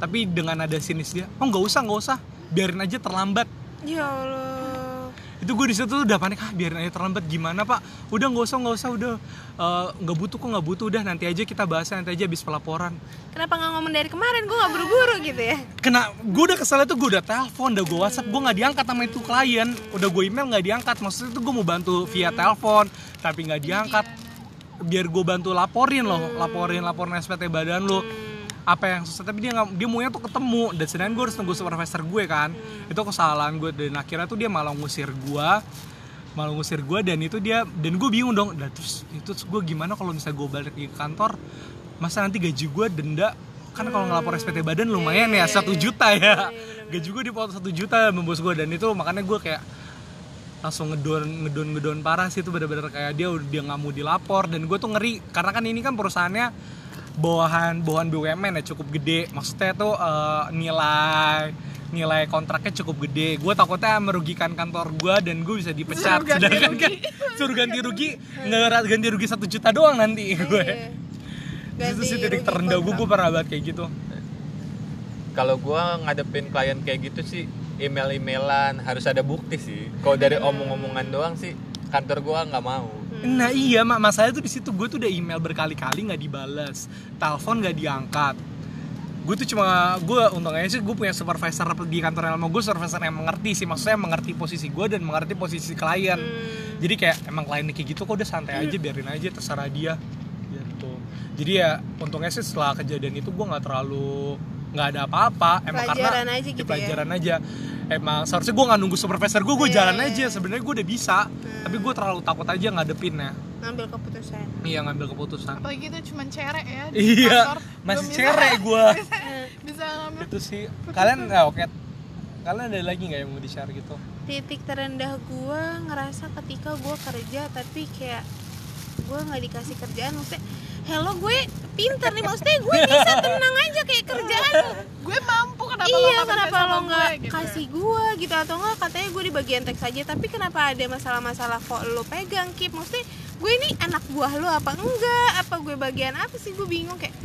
Speaker 1: tapi dengan ada sinis dia oh nggak usah nggak usah biarin aja terlambat
Speaker 4: Ya Allah.
Speaker 1: itu gue di situ tuh udah panik ah biarin aja terlambat gimana pak udah nggak usah nggak usah udah eh, nggak butuh kok nggak butuh udah nanti aja kita bahasnya nanti aja habis pelaporan
Speaker 4: Kenapa nggak ngomong dari kemarin? Gue nggak
Speaker 2: Ah.
Speaker 4: buru-buru gitu ya.
Speaker 1: kena gue udah keselnya tuh gue udah telepon udah gue whatsapp gue nggak diangkat sama itu klien udah gue email nggak diangkat maksudnya tuh gue mau bantu via telepon tapi nggak diangkat biar gue bantu laporin loh laporin laporin SPT badan lo apa yang susah tapi dia nggak dia maunya tuh ketemu dan sedangkan gue harus nunggu supervisor gue kan itu kesalahan gue dan akhirnya tuh dia malah ngusir gue malah ngusir gue dan itu dia dan gue bingung dong dan terus itu gue gimana kalau misalnya gue balik ke kantor masa nanti gaji gue denda kan kalau ngelapor SPT badan lumayan ya satu juta ya gaji gue dipotong satu juta sama bos gue dan itu makanya gue kayak langsung ngedon ngedon ngedon parah sih itu bener-bener kayak dia dia nggak mau dilapor dan gue tuh ngeri karena kan ini kan perusahaannya bawahan bawahan BUMN ya cukup gede maksudnya tuh eh, nilai nilai kontraknya cukup gede gue takutnya merugikan kantor gue dan gue bisa dipecat
Speaker 2: Suruh ganti
Speaker 1: sedangkan
Speaker 2: rugi.
Speaker 1: kan suruh ganti rugi ngerat ganti rugi satu juta doang nanti gue
Speaker 4: Iya.
Speaker 1: itu sih titik
Speaker 4: rugi
Speaker 1: terendah gue gue
Speaker 4: kontrak.
Speaker 1: pernah banget kayak gitu
Speaker 3: kalau gua ngadepin klien kayak gitu sih email-emailan harus ada bukti sih kalau dari omong-omongan doang sih kantor gua nggak mau
Speaker 4: Hmm.
Speaker 1: Nah iya mak, masalahnya tuh di situ gue tuh udah email berkali-kali nggak dibales, telepon nggak diangkat. Gue tuh cuma gue untungnya sih gue punya supervisor di kantor yang lama gue supervisor yang mengerti sih, maksudnya mengerti posisi gue dan mengerti posisi klien.
Speaker 4: Hmm.
Speaker 1: Jadi kayak emang kliennya kayak gitu kok udah santai aja biarin aja terserah dia. Gitu. Jadi ya untungnya sih setelah kejadian itu gue nggak terlalu nggak ada apa-apa emang
Speaker 4: Pelajaran
Speaker 1: karena
Speaker 4: aja
Speaker 1: di
Speaker 4: gitu ya.
Speaker 1: pelajaran aja emang seharusnya gue nggak nunggu supervisor gue gue
Speaker 4: Iya,
Speaker 1: jalan
Speaker 4: iya,
Speaker 1: aja
Speaker 4: iya.
Speaker 1: sebenarnya gue udah bisa tapi gue terlalu takut aja ngadepinnya
Speaker 4: Ngambil keputusan.
Speaker 1: Iya ngambil keputusan.
Speaker 2: apalagi itu cuma cerek ya di
Speaker 1: Iya,
Speaker 2: kantor.
Speaker 1: masih
Speaker 2: Belum bisa-
Speaker 1: cerek gua.
Speaker 2: bisa ngambil
Speaker 1: Itu sih. Kalian nah, oke. Kalian ada lagi nggak yang mau di-share gitu?
Speaker 4: Titik terendah gue ngerasa ketika gue kerja tapi kayak gue nggak dikasih kerjaan maksudnya hello gue pinter nih maksudnya gue bisa tenang aja kayak kerjaan
Speaker 2: gue mampu kenapa lo
Speaker 4: iya
Speaker 2: nggak percaya
Speaker 4: kenapa
Speaker 2: sama
Speaker 4: lo
Speaker 2: gue,
Speaker 4: nggak
Speaker 2: gitu.
Speaker 4: kasih gue gitu atau nggak katanya gue di bagian teks aja tapi kenapa ada masalah-masalah kok lo pegang keep maksudnya gue ini anak buah lo apa enggak apa gue bagian apa sih gue bingung kayak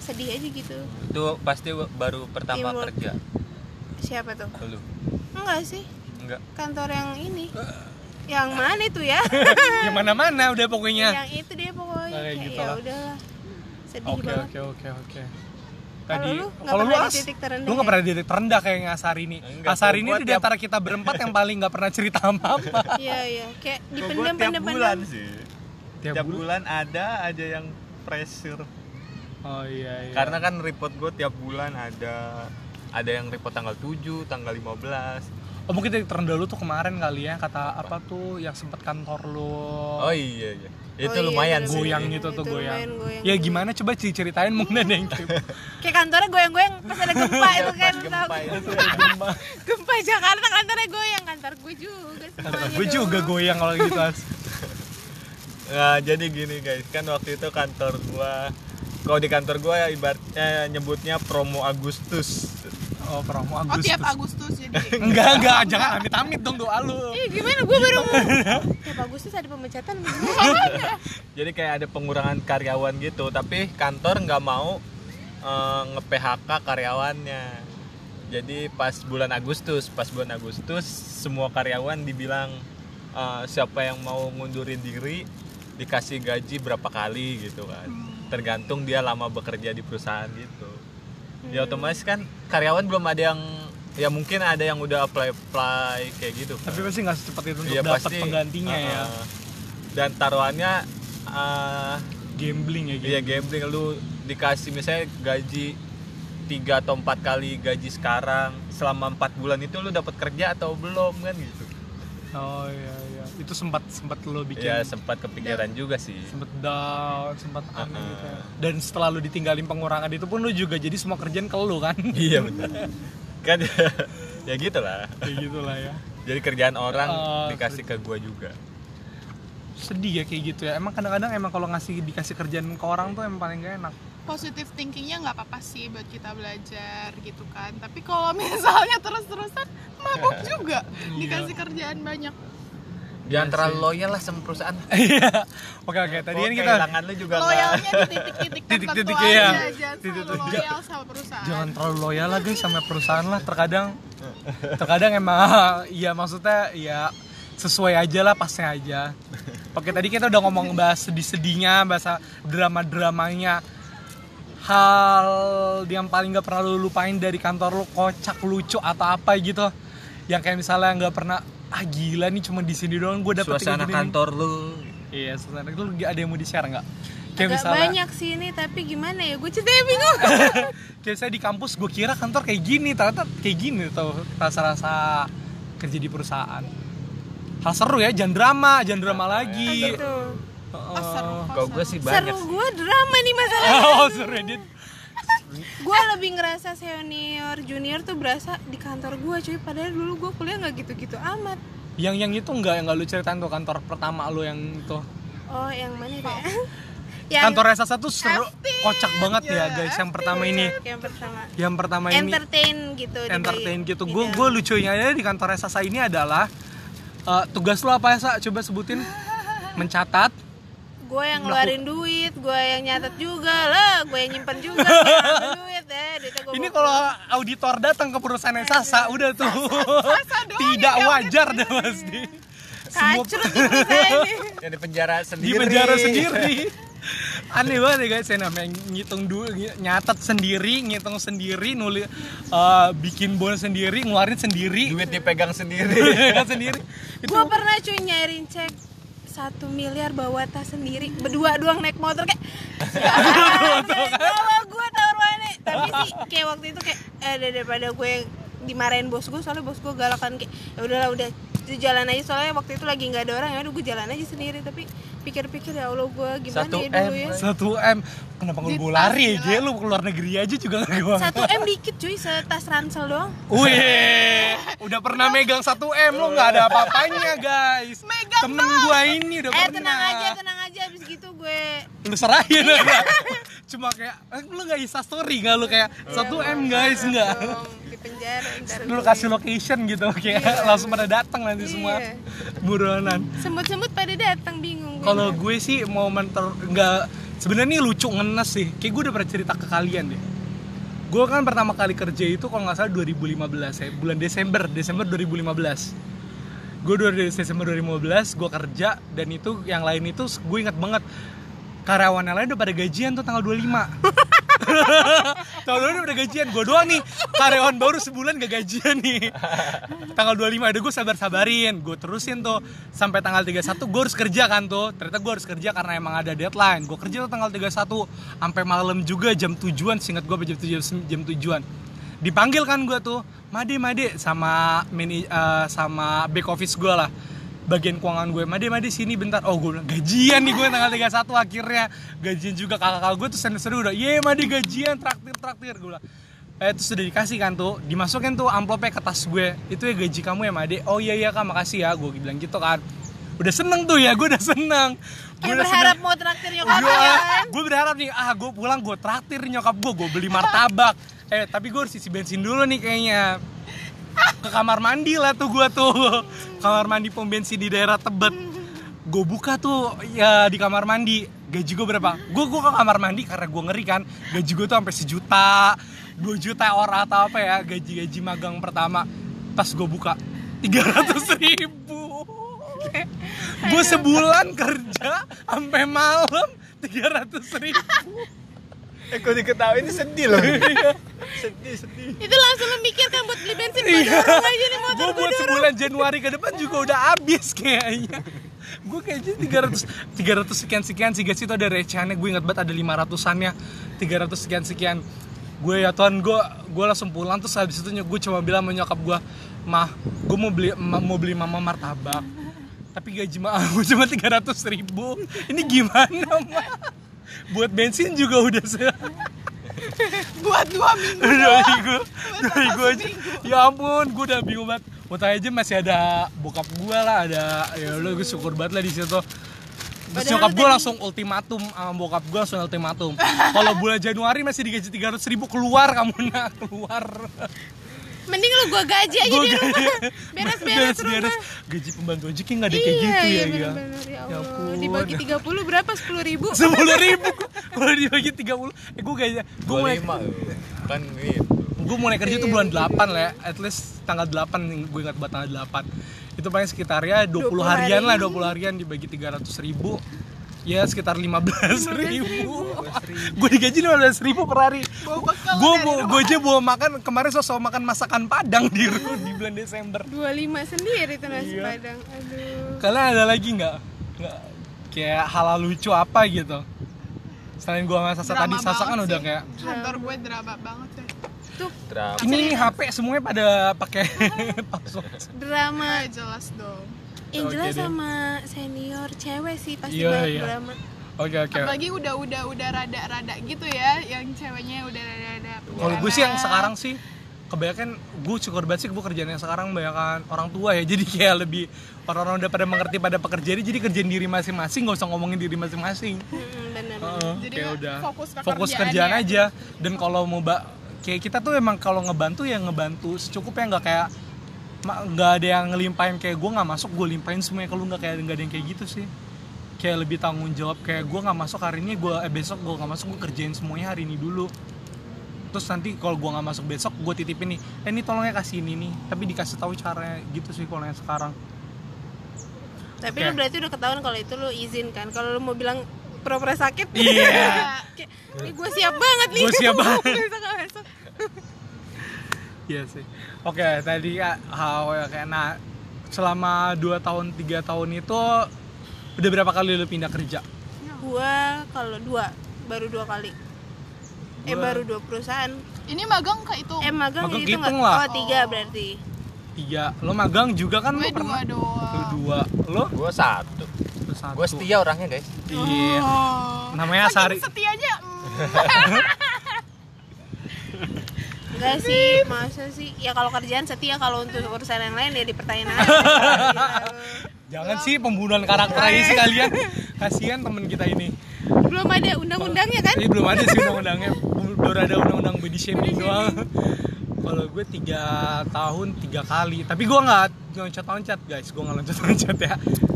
Speaker 4: sedih aja gitu
Speaker 3: itu pasti baru pertama
Speaker 4: Teamwork.
Speaker 3: kerja
Speaker 4: siapa tuh
Speaker 3: lu
Speaker 4: enggak sih
Speaker 3: enggak
Speaker 4: kantor yang ini
Speaker 1: Eh.
Speaker 4: yang mana itu ya
Speaker 1: Yang mana-mana udah pokoknya.
Speaker 4: yang itu deh pokoknya
Speaker 1: Iya. Kayak
Speaker 4: kayak
Speaker 1: gitu
Speaker 4: ya
Speaker 1: lah.
Speaker 4: udahlah sedih
Speaker 1: Oke
Speaker 4: banget
Speaker 1: oke oke oke.
Speaker 4: Kalau
Speaker 1: Tadi
Speaker 4: lu nggak
Speaker 1: kalau lu
Speaker 4: pernah di
Speaker 1: as,
Speaker 4: titik terendah
Speaker 1: lu nggak
Speaker 4: ya?
Speaker 1: pernah di titik terendah kayaknya Asarini.
Speaker 3: Enggak,
Speaker 1: Asarini
Speaker 3: gua
Speaker 1: itu di
Speaker 3: tiap-
Speaker 1: antara kita berempat yang paling nggak pernah cerita sama apa.
Speaker 4: iya iya kayak
Speaker 3: Gua- gua
Speaker 4: dipendam
Speaker 3: tiap
Speaker 4: pendam
Speaker 3: bulan
Speaker 4: pendam
Speaker 3: sih
Speaker 1: Tiap
Speaker 3: tiap,
Speaker 1: bul-
Speaker 3: bulan ada aja yang pressure
Speaker 1: Oh iya iya.
Speaker 3: karena kan report gue tiap bulan ada ada yang report tanggal 7, tanggal 15
Speaker 1: oh, mungkin titik terendah lu tuh kemarin kali ya kata apa tuh yang sempet kantor lu.
Speaker 3: oh iya iya itu
Speaker 4: Oh iya,
Speaker 3: lumayan
Speaker 4: bener-bener.
Speaker 3: sih
Speaker 1: goyang gitu tuh
Speaker 4: Itu
Speaker 1: goyang.
Speaker 4: lumayan goyang.
Speaker 1: Ya gimana coba ceritain mungkin ada yang kayak-
Speaker 4: kayak kantornya goyang-goyang pas ada gempa itu
Speaker 3: Pas
Speaker 4: kan tau.
Speaker 3: gempa
Speaker 1: iya.
Speaker 3: itu
Speaker 4: Gempa Jakarta kantornya goyang kantor gue juga semuanya
Speaker 1: gue
Speaker 4: dong.
Speaker 1: juga goyang kalau gitu as
Speaker 3: Nah, jadi gini guys, kan waktu itu kantor gua kalau di kantor gua ya ibaratnya nyebutnya promo Agustus.
Speaker 1: oh promo
Speaker 2: oh
Speaker 1: Agustus
Speaker 2: tiap Agustus jadi
Speaker 1: enggak enggak jangan amit amit dong doa lu
Speaker 4: Ih, Iya, gimana gue baru mau ya bagus sih ada pemecatan
Speaker 3: Jadi kayak ada pengurangan karyawan gitu, tapi kantor nggak mau eh, nge-PHK karyawannya. Jadi pas bulan Agustus, pas bulan Agustus semua karyawan dibilang eh, siapa yang mau ngundurin diri dikasih gaji berapa kali gitu kan. Tergantung dia lama bekerja di perusahaan gitu. ya otomatis kan karyawan belum ada yang ya mungkin ada yang udah apply apply kayak gitu kan.
Speaker 1: tapi pasti nggak secepat itu untuk
Speaker 3: Ya,
Speaker 1: dapat penggantinya
Speaker 3: uh-uh.
Speaker 1: ya
Speaker 3: dan taruhannya uh,
Speaker 1: gambling ya gitu
Speaker 3: ya gambling lu dikasih misalnya gaji tiga atau empat kali gaji sekarang selama empat bulan itu lu dapat kerja atau belum kan gitu
Speaker 1: oh iya iya itu sempat sempat lo bikin
Speaker 3: ya sempat kepikiran juga sih
Speaker 1: sempat down sempat aneh
Speaker 3: Uh-uh.
Speaker 1: gitu ya. dan setelah lu ditinggalin pengurangan itu pun lu juga jadi semua kerjaan ke lu kan
Speaker 3: iya benar kan ya gitulah
Speaker 1: kayak gitulah ya
Speaker 3: jadi kerjaan orang
Speaker 1: Oh,
Speaker 3: dikasih ke gua juga
Speaker 1: sedih ya kayak gitu ya emang kadang-kadang emang kalau ngasih dikasih kerjaan ke orang tuh emang paling gak enak
Speaker 2: positive thinkingnya nggak apa-apa sih buat kita belajar gitu kan tapi kalau misalnya terus-terusan mabuk juga
Speaker 1: Iya.
Speaker 2: dikasih kerjaan banyak
Speaker 3: jangan terlalu loyal lah sama perusahaan
Speaker 1: Iya. oke oke Iya Eh, tadi kan
Speaker 3: Oke,
Speaker 1: kita
Speaker 3: tangan lu juga nggak-
Speaker 2: loyalnya di titik-titik tertentu
Speaker 1: Titik-titik, iya.
Speaker 2: aja jangan selalu
Speaker 1: Titik-titik.
Speaker 2: loyal sama perusahaan
Speaker 1: jangan terlalu loyal lah guys sama perusahaan lah terkadang terkadang emang ya iya, maksudnya ya sesuai aja lah pasnya aja oke tadi kita udah ngomong bahas sedih-sedihnya bahasa drama-dramanya hal yang paling nggak pernah lu lupain dari kantor lu kocak lucu atau apa gitu yang kayak misalnya nggak pernah ah gila nih cuma di sini doang gue dapet
Speaker 3: Suasana
Speaker 1: kayak gini nih."
Speaker 3: kantor lu
Speaker 1: iya suasana lu ada yang mau di share nggak kayak
Speaker 4: Agak
Speaker 1: misalnya
Speaker 4: banyak sih ini tapi gimana ya gue ceritanya bingung
Speaker 1: kayak saya di kampus gue kira kantor kayak gini ternyata kayak gini tuh rasa-rasa kerja di perusahaan hal seru ya jangan drama jangan drama lagi
Speaker 4: gitu
Speaker 1: Heeh.
Speaker 2: Ah, seru, kok,
Speaker 3: Kalau gue
Speaker 2: seru.
Speaker 3: sih banyak
Speaker 4: seru
Speaker 3: sih.
Speaker 4: gue drama nih masalah
Speaker 1: oh seru edit
Speaker 4: gue lebih ngerasa senior junior tuh berasa di kantor gue cuy padahal dulu gue kuliah nggak gitu-gitu amat
Speaker 1: yang yang itu nggak yang nggak lu ceritain tuh kantor pertama lu yang itu
Speaker 4: oh yang mana itu ya
Speaker 1: kantor resa satu seru kocak banget ya
Speaker 2: Ya,
Speaker 1: guys yang pertama ini
Speaker 4: yang pertama
Speaker 1: yang pertama ini
Speaker 4: Iya, entertain gitu dibagi.
Speaker 1: entertain gitu gue
Speaker 4: Iya.
Speaker 1: gue lucunya aja di kantor resa ini adalah eh, tugas lu apa ya Sa? coba sebutin mencatat
Speaker 4: gue yang ngeluarin duit gue yang nyatet juga lah gue yang nyimpen juga gue yang ngambil duit deh duitnya gue
Speaker 1: Ini
Speaker 4: bawa
Speaker 1: kalau auditor datang ke perusahaan Sasa udah tuh tidak wajar deh pasti. Semua
Speaker 4: kacrut tuh saya ini
Speaker 3: Yang di penjara
Speaker 1: di
Speaker 3: sendiri.
Speaker 1: penjara sendiri. Aneh banget ya guys, ya namanya ngitung dulu, nyatet sendiri, ngitung sendiri, nulis, eh, bikin bonus sendiri, ngeluarin sendiri,
Speaker 3: Duit dipegang sendiri.
Speaker 1: kan sendiri. Itu
Speaker 4: gue pernah cuy nyairin cek satu miliar bawa tas sendiri berdua doang naik motor kayak kalau gue taruhannya tapi sih kayak waktu itu kayak eh dar- daripada gue dimarahin bos gue soalnya bos gue galakan kayak ya udahlah udah itu jalan aja soalnya waktu itu lagi nggak ada orang ya udah gue jalan aja sendiri tapi pikir-pikir ya allah gue gimana
Speaker 3: Satu
Speaker 4: ya dulu
Speaker 3: M.
Speaker 4: ya
Speaker 1: satu M kenapa lu
Speaker 2: Jitas,
Speaker 1: lari
Speaker 2: gila.
Speaker 1: aja lu keluar negeri aja juga gak gua.
Speaker 4: satu m dikit cuy setas ransel doang
Speaker 1: Wih, udah pernah megang 1 M lu nggak ada apa-apanya guys.
Speaker 2: Megang
Speaker 1: Temen gua ini udah
Speaker 4: eh
Speaker 1: pernah.
Speaker 4: tenang aja tenang aja abis gitu gue
Speaker 1: lu serahin aja. cuma kayak eh, lu nggak insta story nggak lu kayak satu m guys nggak
Speaker 4: dong, di penjara ntar
Speaker 1: lu
Speaker 4: gue.
Speaker 1: kasih location gitu kayak langsung pada datang nanti semua
Speaker 4: Iya.
Speaker 1: buronan
Speaker 4: semut-semut pada datang bingung gue.
Speaker 1: kalau gue sih momen ter nggak sebenarnya ini lucu ngenes sih kayak gue udah pernah cerita ke kalian deh gue kan pertama kali kerja itu kalau nggak salah 2015 ya bulan Desember Desember 2015 gue 2 Desember 2015 gue kerja dan itu yang lain itu gue inget banget karyawan yang lain udah pada gajian tuh tanggal 25 Tahun lalu udah gajian, gue doang nih Karyawan baru sebulan gak gajian nih Tanggal 25, udah gue sabar-sabarin Gue terusin tuh, sampai tanggal 31 gue harus kerja kan tuh Ternyata gue harus kerja karena emang ada deadline Gue kerja tuh tanggal 31, sampai malam juga jam tujuan Singkat gue jam tujuan, jam tujuan Dipanggil kan gue tuh, Made, Made Sama mini, eh, sama back office gue lah bagian keuangan gue Made Made sini bentar oh gue bilang gajian nih gue tanggal 31 akhirnya gajian juga kakak kakak gue tuh seru udah ye Made gajian traktir traktir gue bilang eh terus udah dikasih kan tuh dimasukin tuh amplopnya ke tas gue itu ya gaji kamu ya Made oh iya iya kak makasih ya gue bilang gitu kan udah seneng tuh ya gue udah seneng gue
Speaker 4: Kayak
Speaker 1: udah
Speaker 4: berharap
Speaker 1: seneng
Speaker 4: mau traktir nyokap ya.
Speaker 1: gue gue berharap nih ah gue pulang gue traktir nyokap gue gue beli martabak eh tapi gue harus isi bensin dulu nih kayaknya ke kamar mandi lah tuh gue tuh kamar mandi pom bensin di daerah Tebet gue buka tuh ya di kamar mandi gaji gue berapa gue gue ke kamar mandi karena gue ngeri kan gaji gue tuh sampai sejuta dua juta orang atau apa ya gaji gaji magang pertama pas gue buka tiga ratus ribu gue sebulan kerja sampai malam tiga ratus ribu
Speaker 3: Eh, gue diketawain sedih loh. sedih, sedih.
Speaker 4: Itu langsung memikirkan buat beli bensin
Speaker 1: Iya.
Speaker 4: buat dorong aja nih motor
Speaker 1: gue
Speaker 4: gue
Speaker 1: buat sebulan Januari ke depan juga udah habis kayaknya gue kayaknya 300 300 sekian sekian sih guys itu ada recehannya gue ingat banget ada 500-annya 300 sekian sekian gue ya Tuhan gue gue langsung pulang terus habis itu gue cuma bilang sama nyokap gue mah gue mau beli ma- mau beli mama martabak tapi gaji mah aku cuma 300 ribu ini gimana mah buat bensin juga udah se-
Speaker 2: buat dua minggu
Speaker 1: Udah gue,
Speaker 2: Masa
Speaker 1: dari gue aja. Ya ampun, gue udah bingung banget. Mau tanya aja masih ada bokap gue lah, ada ya lu gue syukur banget lah di situ. Terus
Speaker 4: Padahal
Speaker 1: nyokap gue
Speaker 4: tadi-
Speaker 1: langsung ultimatum sama bokap gue langsung ultimatum. Kalau bulan Januari masih digaji 300 ribu keluar kamu nak keluar.
Speaker 4: Mending lu gue gaji aja di rumah. Beres-beres rumah.
Speaker 1: Gaji pembantu aja kayak nggak ada kayak
Speaker 4: Iya,
Speaker 1: gitu
Speaker 4: iya
Speaker 1: ya. Iya,
Speaker 4: bener-bener ya
Speaker 1: Ya
Speaker 4: Allah.
Speaker 1: ampun.
Speaker 4: Dibagi 30 berapa? 10 ribu.
Speaker 1: Sepuluh ribu kalau dibagi 30 eh gue gaji gue mulai
Speaker 3: 25 loh. Kan gitu.
Speaker 2: Iya.
Speaker 1: gue mulai kerja tuh bulan 8 lah ya. at least tanggal 8 nih, gue ingat buat tanggal 8 itu paling sekitarnya 20,
Speaker 4: 20
Speaker 1: harian lah
Speaker 4: hari.
Speaker 1: 20 harian dibagi 300 ribu ya sekitar 15 ribu gue digaji 15 ribu per hari
Speaker 2: Bawa bekal
Speaker 1: gue
Speaker 2: dari rumah.
Speaker 1: gue aja bawa makan kemarin sosok makan masakan padang di ru- di bulan Desember
Speaker 4: 25 sendiri tuh
Speaker 1: Iya.
Speaker 4: nasi padang. Aduh.
Speaker 1: kalian ada lagi nggak nggak kayak hal lucu apa gitu selain gua sama Sasa
Speaker 2: Drama
Speaker 1: tadi Sasa kan
Speaker 2: banget
Speaker 1: udah
Speaker 2: sih.
Speaker 1: kayak
Speaker 2: kantor gue drama banget sih
Speaker 4: Tuh
Speaker 3: Drama.
Speaker 1: ini HP semuanya pada pakai password
Speaker 2: nah,
Speaker 4: drama
Speaker 2: jelas dong
Speaker 1: Oke
Speaker 4: Angela
Speaker 1: deh.
Speaker 4: sama senior cewek sih pasti
Speaker 1: Iya,
Speaker 4: banget
Speaker 1: iya.
Speaker 4: drama.
Speaker 1: oke oke
Speaker 2: apalagi udah udah udah rada rada gitu ya yang ceweknya udah rada rada
Speaker 1: kalau gue sih yang sekarang sih kebanyakan gue syukur banget sih gue kerjaan yang sekarang kebanyakan orang tua ya jadi kayak lebih orang-orang udah pada mengerti pada pekerjaan jadi kerjaan diri masing-masing nggak usah ngomongin diri masing-masing
Speaker 4: Mm-mm, bener.
Speaker 1: Heeh,
Speaker 2: Jadi
Speaker 1: kayak
Speaker 2: nggak
Speaker 1: udah
Speaker 2: fokus ke
Speaker 1: fokus kerjaan
Speaker 2: kerjaan ya.
Speaker 1: aja dan kalau mau ba- kayak kita tuh emang kalau ngebantu ya ngebantu secukupnya nggak kayak ma- nggak ada yang ngelimpahin kayak gue nggak masuk gue limpahin semuanya kalau nggak kayak nggak ada yang kayak gitu sih kayak lebih tanggung jawab kayak gue nggak masuk hari ini gue eh, besok gue nggak masuk gue kerjain semuanya hari ini dulu terus nanti kalau gue nggak masuk besok gue titipin nih eh ini tolongnya kasih ini nih tapi dikasih tahu caranya gitu sih kalau yang sekarang
Speaker 4: Tapi
Speaker 1: Oke.
Speaker 4: lu berarti udah ketahuan kalau itu lu izin kan. Kalau lu mau bilang pura-pura sakit.
Speaker 1: Iya.
Speaker 4: Kayak, "Ih, gue siap banget nih.
Speaker 1: Gua siap banget.
Speaker 4: Besok nggak besok.
Speaker 1: Iya sih. Oke, tadi ya, how kayak nah selama 2 tahun 3 tahun itu udah berapa kali lu pindah kerja?
Speaker 4: Gua kalau dua baru dua kali. Eh
Speaker 1: Gua-
Speaker 4: baru dua perusahaan.
Speaker 2: ini magang ke itu
Speaker 4: Eh magang
Speaker 1: Magang
Speaker 4: itu
Speaker 1: hitung
Speaker 4: nggak?
Speaker 1: lah.
Speaker 4: Oh tiga berarti.
Speaker 1: 3. Lo magang juga kan
Speaker 2: gue
Speaker 1: lo
Speaker 2: dua
Speaker 1: pernah? Lu
Speaker 2: doang
Speaker 1: dua, lo
Speaker 3: Gue satu.
Speaker 1: satu.
Speaker 3: Gue setia orangnya guys.
Speaker 1: Iya.
Speaker 2: Oh.
Speaker 1: Namanya Sari.
Speaker 2: Saking setianya mm.
Speaker 4: Enggak sih, masa sih? Ya kalau kerjaan setia kalau untuk urusan yang lain ya dipertanyain aja. gitu.
Speaker 1: Jangan sih pembunuhan karakter aja sih kalian. Kasihan temen kita ini.
Speaker 4: Belum ada undang-undangnya kan?
Speaker 1: Ini belum ada sih undang-undangnya. Baru ada undang-undang body shaming doang. Kalau gue tiga tahun tiga kali, tapi gue nggak loncat-loncat guys, gue nggak loncat-loncat ya.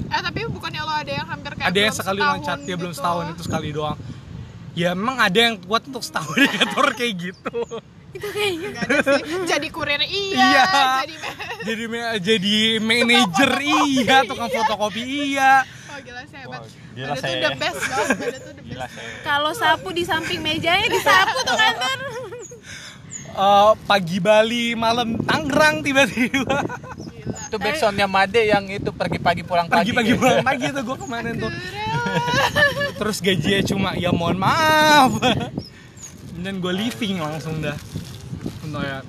Speaker 2: eh tapi bukannya lo ada yang hampir kayak
Speaker 1: ada yang
Speaker 2: belum
Speaker 1: sekali
Speaker 2: setahun
Speaker 1: loncat ya belum
Speaker 2: gitu.
Speaker 1: setahun itu sekali doang ya emang ada yang kuat untuk setahun di kantor kayak gitu
Speaker 2: Iya Nggak ada sih. jadi kurir iya,
Speaker 1: Iya.
Speaker 2: jadi
Speaker 1: jadi ma- jadi manajer iya tukang fotokopi iya
Speaker 2: oh gila sih hebat
Speaker 3: Wah, gila,
Speaker 2: Bada tuh
Speaker 3: saya.
Speaker 2: the best guys Bada tuh the
Speaker 3: Gila
Speaker 2: best
Speaker 3: saya.
Speaker 4: Kalau sapu di samping mejanya disapu tuh kantor.
Speaker 1: Eh, pagi Bali malam Tangerang tiba-tiba
Speaker 2: gila
Speaker 3: Itu backsoundnya Made yang itu pergi-pagi pulang pagi.
Speaker 1: pagi-pagi
Speaker 3: guys.
Speaker 1: pulang pagi tuh gue kemarin tuh
Speaker 2: Kurang.
Speaker 1: terus gajinya cuma ya mohon maaf dan gue living langsung dah untuk ya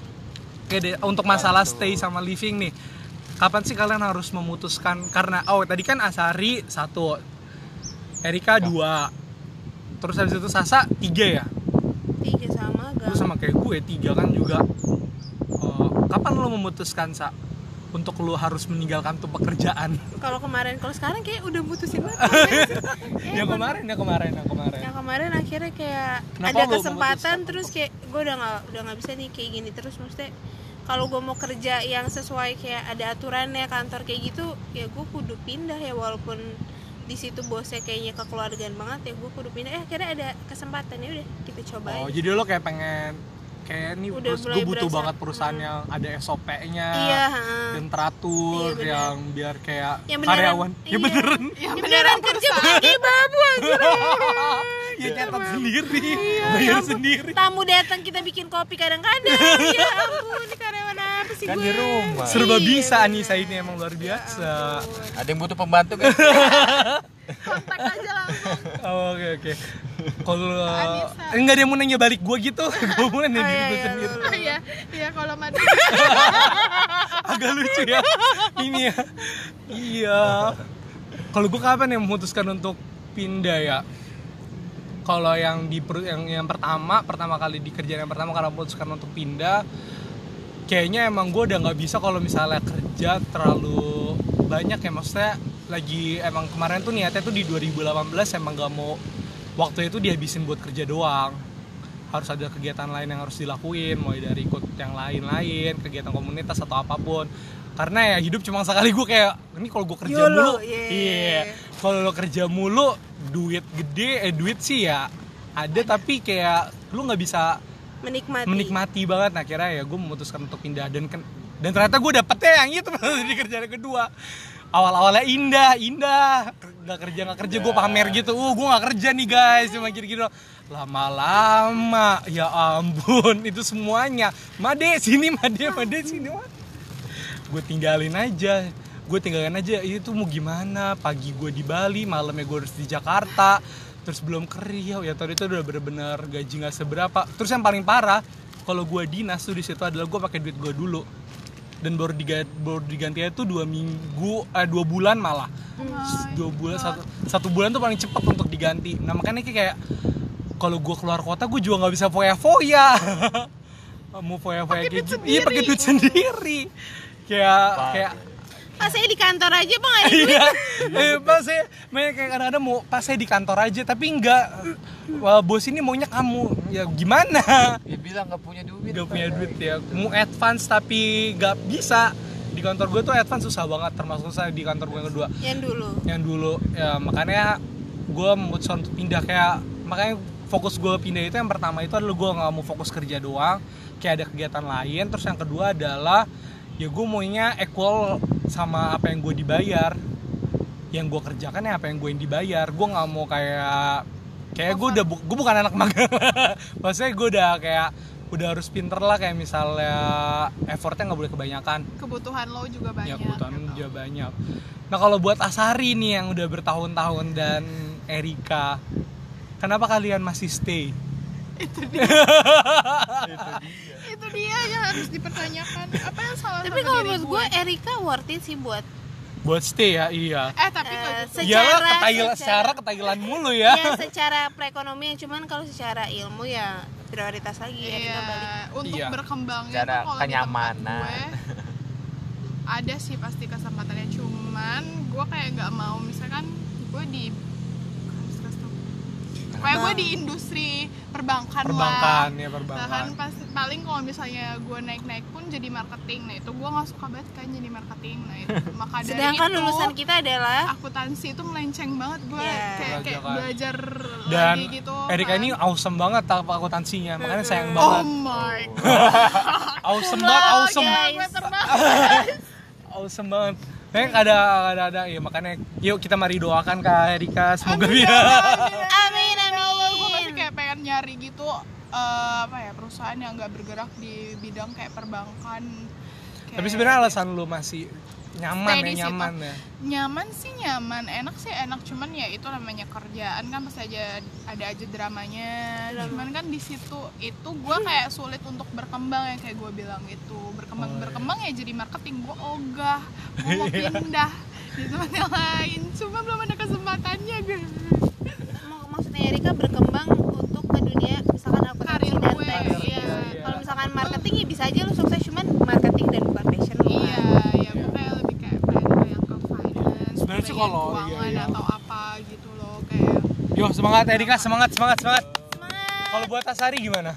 Speaker 1: Oke deh, untuk masalah stay sama living nih kapan sih kalian harus memutuskan karena oh tadi kan Asari satu Erika dua terus habis itu Sasa tiga ya
Speaker 4: Tiga Iya, sama
Speaker 1: lu
Speaker 4: gak?
Speaker 1: sama kayak gue tiga kan juga Eh, kapan lo memutuskan sa untuk lo harus meninggalkan tuh pekerjaan
Speaker 4: Kalau kemarin, kalau sekarang kayak udah putusin banget.
Speaker 1: yang kemarin ya kemarin yang kemarin
Speaker 4: Yang kemarin akhirnya kayak
Speaker 1: Kenapa
Speaker 4: ada
Speaker 1: lu
Speaker 4: kesempatan
Speaker 1: memutuskan
Speaker 4: terus kayak gue udah nggak udah nggak bisa nih kayak gini terus maksudnya kalau gue mau kerja yang sesuai kayak ada aturannya kantor kayak gitu ya gue kudu pindah ya walaupun di situ bosnya kayaknya kekeluargaan banget ya gue kudu pindah eh akhirnya ada kesempatan ya udah kita
Speaker 1: Oh,
Speaker 4: coba aja.
Speaker 1: jadi lo kayak pengen kayak nih
Speaker 4: Udah
Speaker 1: terus gue
Speaker 4: mulai
Speaker 1: butuh
Speaker 4: berasa-
Speaker 1: banget perusahaan yang ada SOP-nya
Speaker 4: iya heeh.
Speaker 1: dan teratur
Speaker 4: Iya, bener.
Speaker 1: yang biar kayak
Speaker 4: Yang beneran.
Speaker 1: karyawan ya
Speaker 4: Iya.
Speaker 1: beneran
Speaker 2: Ya,
Speaker 4: Ini beneran kerja pakai babu Iya,
Speaker 1: ya catat sendiri
Speaker 4: ya
Speaker 1: bayar sendiri
Speaker 4: tamu datang kita bikin kopi kadang-kadang ya ampun ini karyawan apa sih
Speaker 3: Kan
Speaker 4: gue
Speaker 3: di rumah.
Speaker 1: serba
Speaker 4: Iya,
Speaker 1: bisa
Speaker 4: bener. Ya
Speaker 1: Anissa ini emang luar biasa
Speaker 3: Ada yang butuh pembantu guys.
Speaker 2: kontak aja langsung
Speaker 1: Oh, oke oke kalau
Speaker 2: Anissa.
Speaker 1: eh, nggak ada yang mau nanya balik gue gitu gue mau nanya
Speaker 4: Oh,
Speaker 1: diri
Speaker 4: iya,
Speaker 1: gue
Speaker 4: iya,
Speaker 1: sendiri
Speaker 4: lu- lu-
Speaker 2: ya ya kalau mati
Speaker 1: agak lucu ya ini ya iya kalau gue kapan yang memutuskan untuk pindah ya kalau yang di per- yang yang pertama pertama kali di kerjaan yang pertama karena memutuskan untuk pindah kayaknya emang gue udah nggak bisa kalau misalnya kerja terlalu banyak ya maksudnya lagi emang kemarin tuh niatnya tuh di 2018 emang gak mau waktu itu dihabisin buat kerja doang harus ada kegiatan lain yang harus dilakuin mulai dari ikut yang lain-lain kegiatan komunitas atau apapun karena ya hidup cuma sekali gue kayak ini kalau gue kerja mulu
Speaker 4: YOLO,
Speaker 1: iya
Speaker 4: yeah.
Speaker 1: kalau lo kerja mulu duit gede eh duit sih ya ada tapi kayak lu nggak bisa
Speaker 4: menikmati
Speaker 1: menikmati banget nah akhirnya ya gue memutuskan untuk pindah dan ken- dan ternyata gue dapetnya yang itu di kerjaan kedua awal-awalnya indah indah nggak kerja nggak kerja gue pamer gitu uh gue nggak kerja nih guys cuma gitu-gitu lama-lama ya ampun itu semuanya made sini made made sini Wah, gue tinggalin aja gue tinggalin aja "Iya, itu mau gimana pagi gue di Bali malamnya gue harus di Jakarta terus belum ke Riau ya tadi itu udah bener-bener gaji nggak seberapa terus yang paling parah kalau gue dinas tuh di situ adalah gue pakai duit gue dulu dan baru diganti baru digantinya itu dua minggu eh, dua bulan malah dua bulan satu satu bulan tuh paling cepet untuk diganti nah makanya kayak kalau gue keluar kota gue juga nggak bisa foya foya mau foya foya
Speaker 2: Pakai duit
Speaker 1: gitu iya pakai
Speaker 2: sendiri.
Speaker 1: duit sendiri kayak kayak
Speaker 4: Pas saya di kantor aja bang ya. ada duit.
Speaker 1: iya eh, pas saya main kayak kadang-kadang mau pas saya di kantor aja tapi enggak Wah, bos ini maunya kamu ya gimana
Speaker 3: Ya bilang nggak punya duit.
Speaker 1: nggak punya duit ya mau advance tapi nggak bisa di kantor gue tuh advance susah banget termasuk saya di kantor gue yang kedua
Speaker 4: Yang dulu.
Speaker 1: yang dulu ya makanya gue memutuskan untuk pindah kayak makanya fokus gue pindah itu yang pertama itu adalah gue nggak mau fokus kerja doang kayak ada kegiatan lain terus yang kedua adalah ya gue maunya equal sama apa yang gue dibayar yang gue kerjakan ya apa yang gue yang dibayar gue nggak mau kayak kayak gue udah bu- gue bukan anak magang maksudnya gue udah kayak udah harus pinter lah kayak misalnya effortnya nggak boleh kebanyakan
Speaker 2: kebutuhan lo juga banyak
Speaker 1: ya kebutuhan
Speaker 2: gitu.
Speaker 1: juga banyak nah kalau buat Asari nih yang udah bertahun-tahun dan Erika kenapa kalian masih stay
Speaker 2: itu dia yang harus dipertanyakan apa yang salah
Speaker 4: Tapi
Speaker 2: sama
Speaker 4: kalau
Speaker 2: diri
Speaker 4: menurut gue Erika worth it sih buat
Speaker 1: buat stay ya iya
Speaker 2: eh tapi
Speaker 4: Eh,
Speaker 2: kalau
Speaker 4: se-
Speaker 2: gitu,
Speaker 1: iyalah ke
Speaker 4: secara-
Speaker 1: Thailand secara
Speaker 4: secara-
Speaker 1: ke Thailand mulu ya
Speaker 2: Iya,
Speaker 4: ya secara perekonomian cuman kalau secara ilmu ya prioritas lagi Erika
Speaker 2: iya,
Speaker 4: balik.
Speaker 2: untuk
Speaker 1: Iya.
Speaker 2: berkembangnya
Speaker 3: Secara
Speaker 2: tuh kalau di tempat
Speaker 3: kenyamanan.
Speaker 2: gue, ada sih pasti kesempatannya cuman gue kayak nggak mau misalkan gue di kayak gue di industri perbankan,
Speaker 1: perbankan
Speaker 2: lah
Speaker 1: ya perbankan
Speaker 2: bahkan pas paling kalau misalnya gue naik naik pun jadi marketing nah itu gue nggak suka banget kan jadi marketing nah itu maka dari
Speaker 4: Sedangkan
Speaker 2: itu,
Speaker 4: lulusan kita adalah
Speaker 2: akuntansi itu melenceng banget gue
Speaker 4: Iya.
Speaker 2: kayak, kayak
Speaker 1: Belajar. kan.
Speaker 2: belajar
Speaker 1: dan
Speaker 2: lagi gitu
Speaker 1: Erika
Speaker 2: kan.
Speaker 1: ini awesome banget tanpa akuntansinya makanya sayang
Speaker 2: oh
Speaker 1: banget
Speaker 2: my god
Speaker 1: awesome banget awesome
Speaker 4: guys.
Speaker 2: Gue terbang.
Speaker 1: awesome banget Kayaknya ada, ada, ada, ya makanya yuk kita mari doakan Kak Erika semoga
Speaker 2: Amin, ya
Speaker 1: dia
Speaker 2: amin,
Speaker 4: Amin
Speaker 2: amin. Gue
Speaker 4: amin.
Speaker 2: masih kayak pengen nyari gitu eh, apa ya perusahaan yang nggak bergerak di bidang kayak perbankan. Kayak
Speaker 1: Tapi sebenarnya alasan lu masih nyaman
Speaker 2: Stay
Speaker 1: ya
Speaker 2: di situ.
Speaker 1: nyaman ya.
Speaker 2: nyaman sih nyaman, enak sih enak, cuman ya itu namanya kerjaan kan pasti aja ada aja dramanya. Cuman kan di situ itu gue kayak sulit untuk berkembang yang kayak gue bilang itu
Speaker 1: Oh,
Speaker 2: berkembang
Speaker 1: iya.
Speaker 2: berkembang ya jadi marketing gue ogah, gue mau pindah di tempat yang lain, cuma belum ada kesempatannya guys.
Speaker 4: Mak- maksudnya Erika berkembang untuk ke dunia misalkan aku
Speaker 2: Karir
Speaker 4: dan
Speaker 2: gue,
Speaker 4: tech.
Speaker 2: iya.
Speaker 4: Kalau misalkan marketing ya bisa aja lu sukses cuman marketing dan bukan passion lu. kan.
Speaker 2: Iya, ya gue kayak lebih kayak pengen gue yang ke finance,
Speaker 1: Sebenarnya sih
Speaker 2: pengen
Speaker 1: kalau- iya,
Speaker 2: keuangan
Speaker 1: iya.
Speaker 2: atau apa gitu loh kayak
Speaker 1: Yo semangat Erika, semangat semangat semangat.
Speaker 4: Semangat.
Speaker 1: Kalau buat Asari gimana?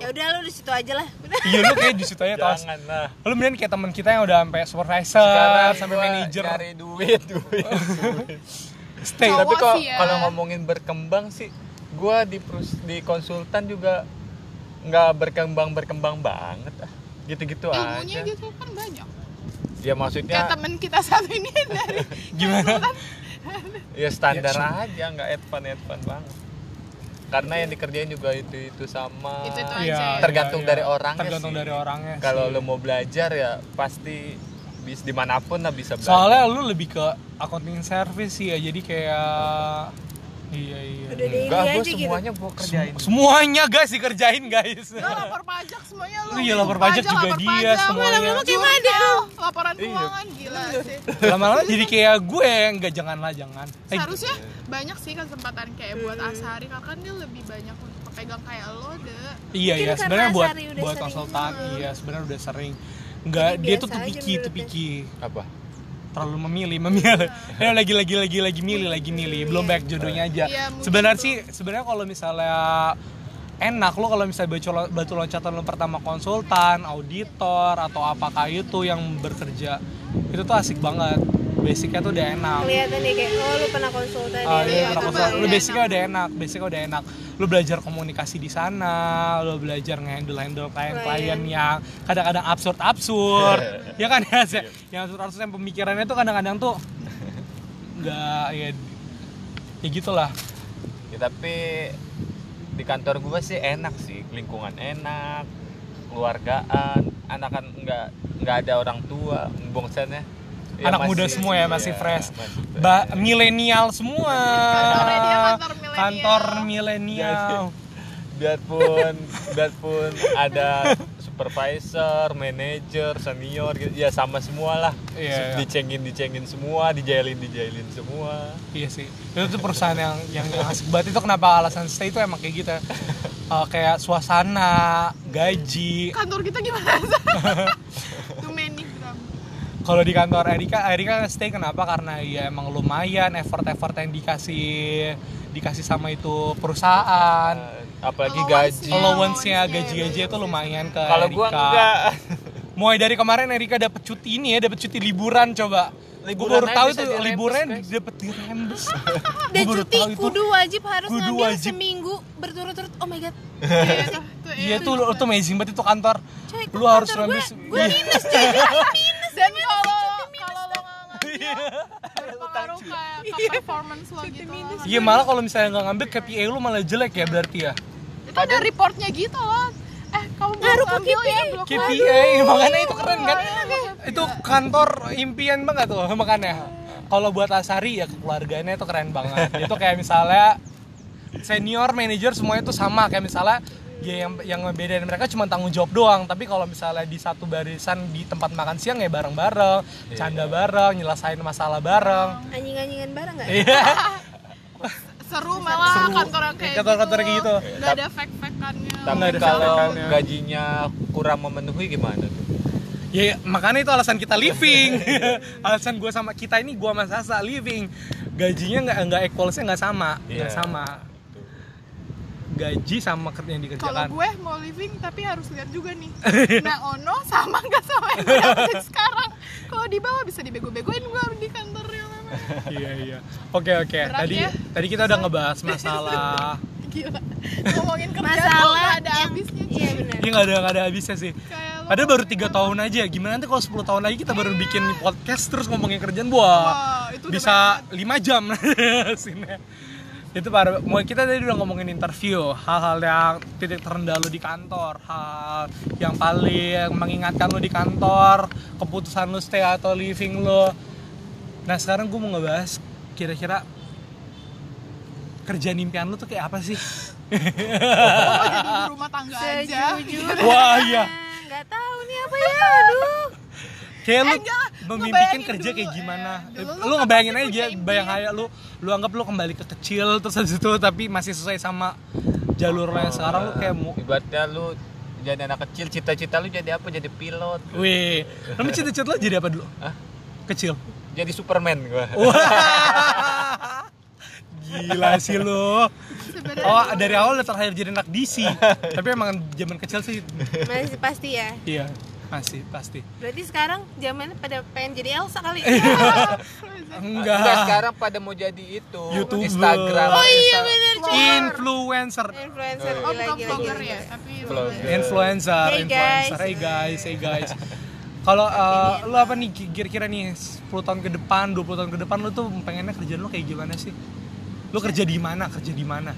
Speaker 4: Ya udah lu di situ aja lah.
Speaker 1: Iya lu kayak di situ aja tas.
Speaker 3: Jangan lah.
Speaker 1: Lu mendingan kayak teman kita yang udah sampai supervisor,
Speaker 3: Sekarang
Speaker 1: sampai
Speaker 3: gua
Speaker 1: manager,
Speaker 3: Cari duit, duit. duit.
Speaker 1: stay.
Speaker 2: Cowok.
Speaker 3: Tapi kalau
Speaker 2: sih ya.
Speaker 3: kalau ngomongin berkembang sih, gua di perus- di konsultan juga nggak berkembang berkembang banget ah. Gitu-gitu
Speaker 2: ilmunya
Speaker 3: aja.
Speaker 2: gitu kan banyak.
Speaker 3: Ya
Speaker 2: Kayak
Speaker 3: maksudnya
Speaker 2: temen kita satu ini dari
Speaker 1: Gimana?
Speaker 3: ya standar aja, nggak advance advance banget. Karena yang dikerjain juga itu itu sama.
Speaker 2: Itu-itu
Speaker 1: Iya,
Speaker 2: aja.
Speaker 3: Tergantung
Speaker 1: iya, iya.
Speaker 3: dari orangnya
Speaker 1: Tergantung
Speaker 3: sih.
Speaker 1: dari orangnya. sih.
Speaker 3: Kalau lo mau belajar ya pasti bis dimanapun lah bisa belajar.
Speaker 1: soalnya lu lebih ke accounting service sih ya, jadi kayak iya iya.
Speaker 4: Udah deh ini
Speaker 3: Enggak,
Speaker 4: aja
Speaker 3: gue
Speaker 4: gitu.
Speaker 3: semuanya gue kerjain.
Speaker 1: Semuanya guys dikerjain guys.
Speaker 2: lo lapor pajak semuanya lo.
Speaker 1: Lu iya, lapor pajak juga dia, semuanya. Iya. Lama-lama
Speaker 2: gimana Laporan keuangan gila sih.
Speaker 1: Eh. Lama-lama jadi kayak gue enggak janganlah jangan. Eh,
Speaker 2: Seharusnya banyak sih kesempatan kayak buat
Speaker 1: Hmm.
Speaker 2: Asari karena kan dia lebih banyak untuk pegang kayak lo deh.
Speaker 1: Iya
Speaker 4: Mungkin
Speaker 1: iya
Speaker 4: karena
Speaker 1: sebenarnya buat
Speaker 4: Sari udah
Speaker 1: buat
Speaker 4: sering
Speaker 1: konsultan
Speaker 4: juga.
Speaker 1: iya sebenarnya udah sering nggak
Speaker 4: Jadi
Speaker 1: dia tuh
Speaker 4: biasa aja
Speaker 1: tupiki
Speaker 4: menurutnya.
Speaker 1: tupiki
Speaker 3: Apa?
Speaker 1: terlalu memilih memilih ya lagi lagi lagi lagi milih lagi
Speaker 4: Iya,
Speaker 1: milih belum banyak jodohnya aja
Speaker 2: Iya, mungkin
Speaker 1: sebenarnya
Speaker 2: tuh.
Speaker 1: sih sebenarnya kalau misalnya enak lo kalau misalnya batu, batu loncatan lo pertama konsultan auditor atau apakah itu yang bekerja itu tuh asik banget basicnya tuh udah enak
Speaker 4: kelihatan deh kayak oh lu pernah konsultan
Speaker 1: Ah, iya,
Speaker 4: ya,
Speaker 2: iya,
Speaker 1: anak
Speaker 2: itu
Speaker 1: kosong.
Speaker 2: mah
Speaker 1: lu
Speaker 2: udah
Speaker 1: basicnya udah enak, basicnya udah enak. Lu belajar komunikasi di sana, lu belajar ngehandle handle klien-klien
Speaker 2: Oh, iya.
Speaker 4: Klien.
Speaker 1: yang kadang-kadang absurd-absurd. ya kan ya,
Speaker 2: Iya.
Speaker 1: Zek? yang absurd-absurd yang pemikirannya tuh kadang-kadang tuh nggak ya ya gitulah.
Speaker 3: Ya, tapi di kantor gue sih enak sih, lingkungan enak, keluargaan, anakan nggak nggak ada orang tua, bongsannya.
Speaker 2: Iya,
Speaker 1: Anak muda semua ya,
Speaker 3: iya,
Speaker 1: masih fresh. Ba-
Speaker 3: Mbak
Speaker 1: milenial semua.
Speaker 2: Kantornya dia kantor milenial. Iya,
Speaker 1: Kantor milenial.
Speaker 3: biarpun biarpun ada supervisor, manager, senior gitu ya sama semua lah.
Speaker 1: Iya, iya.
Speaker 3: Dicengin dicengin semua, dijailin dijailin semua.
Speaker 1: Iya sih. Itu tuh perusahaan yang yang yang asik banget itu kenapa alasan stay itu emang kayak gitu. ya. Eh, kayak suasana, gaji.
Speaker 2: kantor kita gimana tuh many gram
Speaker 1: Kalau di kantor Erika, Erika stay kenapa? Karena ya emang lumayan effort-effort yang dikasih dikasih sama itu perusahaan.
Speaker 3: Apalagi
Speaker 2: Allowance-nya.
Speaker 3: gaji.
Speaker 1: Allowance-nya, gaji-gaji itu lumayan ke
Speaker 3: Iya, Kalau gua
Speaker 1: Erika.
Speaker 3: enggak.
Speaker 1: Mulai dari kemarin Erika dapat cuti ini ya, dapat cuti liburan coba. Gue
Speaker 3: Liburan
Speaker 1: baru
Speaker 3: aja
Speaker 1: tahu
Speaker 3: bisa
Speaker 1: itu
Speaker 3: dirembes,
Speaker 1: liburan
Speaker 3: guys.
Speaker 1: dapat dirembes.
Speaker 4: dan
Speaker 1: Gua baru
Speaker 4: cuti
Speaker 1: tahu itu.
Speaker 4: kudu wajib harus
Speaker 1: Kudu
Speaker 4: ngambil
Speaker 1: wajib.
Speaker 4: seminggu berturut-turut oh my god
Speaker 2: iya tuh tuh,
Speaker 1: Iya
Speaker 2: iya.
Speaker 1: tuh, lu- tuh amazing banget itu kantor.
Speaker 4: Coy,
Speaker 1: lu harus
Speaker 4: kantor
Speaker 1: ngambil
Speaker 4: gua-
Speaker 1: se-
Speaker 4: gua
Speaker 1: Iya.
Speaker 4: minus coy
Speaker 2: dan kalau kalau lo nggak
Speaker 4: Iya.
Speaker 2: ngambil berpengaruh ke, ke performance lo gitu loh.
Speaker 1: Iya malah kalau misalnya nggak ngambil KPI lu malah jelek ya berarti ya.
Speaker 2: itu ada reportnya gitu loh eh kamu belum
Speaker 4: Iya, Ngaruh ke
Speaker 2: ngambil Iya, ya belum
Speaker 1: KPI makanya itu keren kan. Itu kantor impian banget tuh makanya. Kalau buat Asari ya keluarganya itu keren banget. Itu kayak misalnya senior manager semuanya tuh sama kayak misalnya ya yang yang ngebedain mereka cuma tanggung jawab doang tapi kalau misalnya di satu barisan di tempat makan siang ya bareng-bareng canda bareng nyelesain masalah bareng
Speaker 4: anjing-anjingan bareng nggak
Speaker 1: iya
Speaker 2: seru malah kantor yang kayak
Speaker 1: Kantor-kantor kayak gitu.
Speaker 2: nggak ada fake fakeannya
Speaker 1: Nggak
Speaker 3: Tapi
Speaker 1: ada
Speaker 3: kalau
Speaker 1: sasarannya.
Speaker 3: gajinya kurang memenuhi gimana tuh?
Speaker 1: Ya, ya, makanya itu alasan kita living. alasan gue sama kita ini gue sama Sasa living. Gajinya nggak nggak equalsnya nggak sama, nggak
Speaker 3: Iya.
Speaker 1: sama. Gaji sama kerja yang
Speaker 2: kalau
Speaker 1: dikerjakan.
Speaker 2: gue mau living tapi harus lihat juga nih
Speaker 1: Iya.
Speaker 2: nah ono sama nggak sama yang gue dapetin sekarang kalau di bawah bisa dibego-begoin gue di kantor ya memang
Speaker 1: iya iya. Oke oke.
Speaker 2: Berat
Speaker 1: Tadi
Speaker 2: ya.
Speaker 1: tadi kita udah ngebahas masalah.
Speaker 2: gila ngomongin kerjaan
Speaker 4: Masalah
Speaker 2: tuh nggak ada
Speaker 4: yang-
Speaker 2: habisnya cuy.
Speaker 4: iya benar
Speaker 1: Ini nggak ada nggak ada habisnya sih.
Speaker 2: Kayak lo-
Speaker 1: Padahal baru tiga tahun aja. Gimana nanti kalau 10 tahun lagi kita baru bikin podcast terus ngomongin kerjaan buah.
Speaker 2: Wah, itu udah
Speaker 1: bisa lima jam sinnya. itu para mau kita tadi udah ngomongin interview hal-hal yang titik terendah lo di kantor hal yang paling mengingatkan lo di kantor keputusan lo stay atau living lo nah sekarang gue mau ngebahas kira-kira kerjaan impian lo tuh kayak apa sih
Speaker 2: banyak. Oh, jadi ibu rumah tangga aja
Speaker 4: sejujurnya
Speaker 1: wah iya
Speaker 4: nggak tahu nih apa ya aduh
Speaker 1: kayak lu
Speaker 2: Eh, enggak lah,
Speaker 1: memimpikan
Speaker 2: ngebayangin
Speaker 1: kerja
Speaker 2: dulu.
Speaker 1: kayak gimana
Speaker 2: Eh, dulu
Speaker 1: lu
Speaker 2: lu
Speaker 1: ngebayangin
Speaker 2: pasti
Speaker 1: aja
Speaker 2: punya impian.
Speaker 1: bayang kayak lu lu anggap lu kembali ke kecil terus habis itu tapi masih sesuai sama jalur lo yang sekarang lu kayak mau
Speaker 3: ibaratnya lu jadi anak kecil cita-cita lu jadi apa jadi pilot
Speaker 1: wih lu cita-cita lu jadi apa dulu
Speaker 3: Hah?
Speaker 1: kecil
Speaker 3: jadi superman gua
Speaker 1: Oh, Wah. gila sih lu
Speaker 2: sebenarnya
Speaker 1: oh dari awal udah terakhir jadi anak DC tapi emang zaman kecil sih
Speaker 4: masih pasti ya
Speaker 1: iya masih pasti
Speaker 4: berarti sekarang zamannya pada pengen jadi Elsa kali
Speaker 1: Iya.
Speaker 2: Nah,
Speaker 3: Nggak,
Speaker 1: enggak
Speaker 3: sekarang pada mau jadi itu
Speaker 1: YouTuber.
Speaker 3: Instagram
Speaker 4: oh iya
Speaker 3: Insta-
Speaker 4: benar cuy
Speaker 1: influencer
Speaker 4: influencer
Speaker 2: oh
Speaker 4: gila
Speaker 2: bukan
Speaker 4: gila
Speaker 2: vlogger
Speaker 4: gila.
Speaker 2: ya tapi
Speaker 3: Vlogger.
Speaker 1: influencer,
Speaker 4: Hey,
Speaker 1: influencer,
Speaker 4: guys.
Speaker 1: hey guys, hey guys. Kalau uh, lu apa nih kira-kira nih 10 tahun ke depan, 20 tahun ke depan lu tuh pengennya kerjaan lu kayak gimana sih? Lu kerja di mana? Kerja di mana?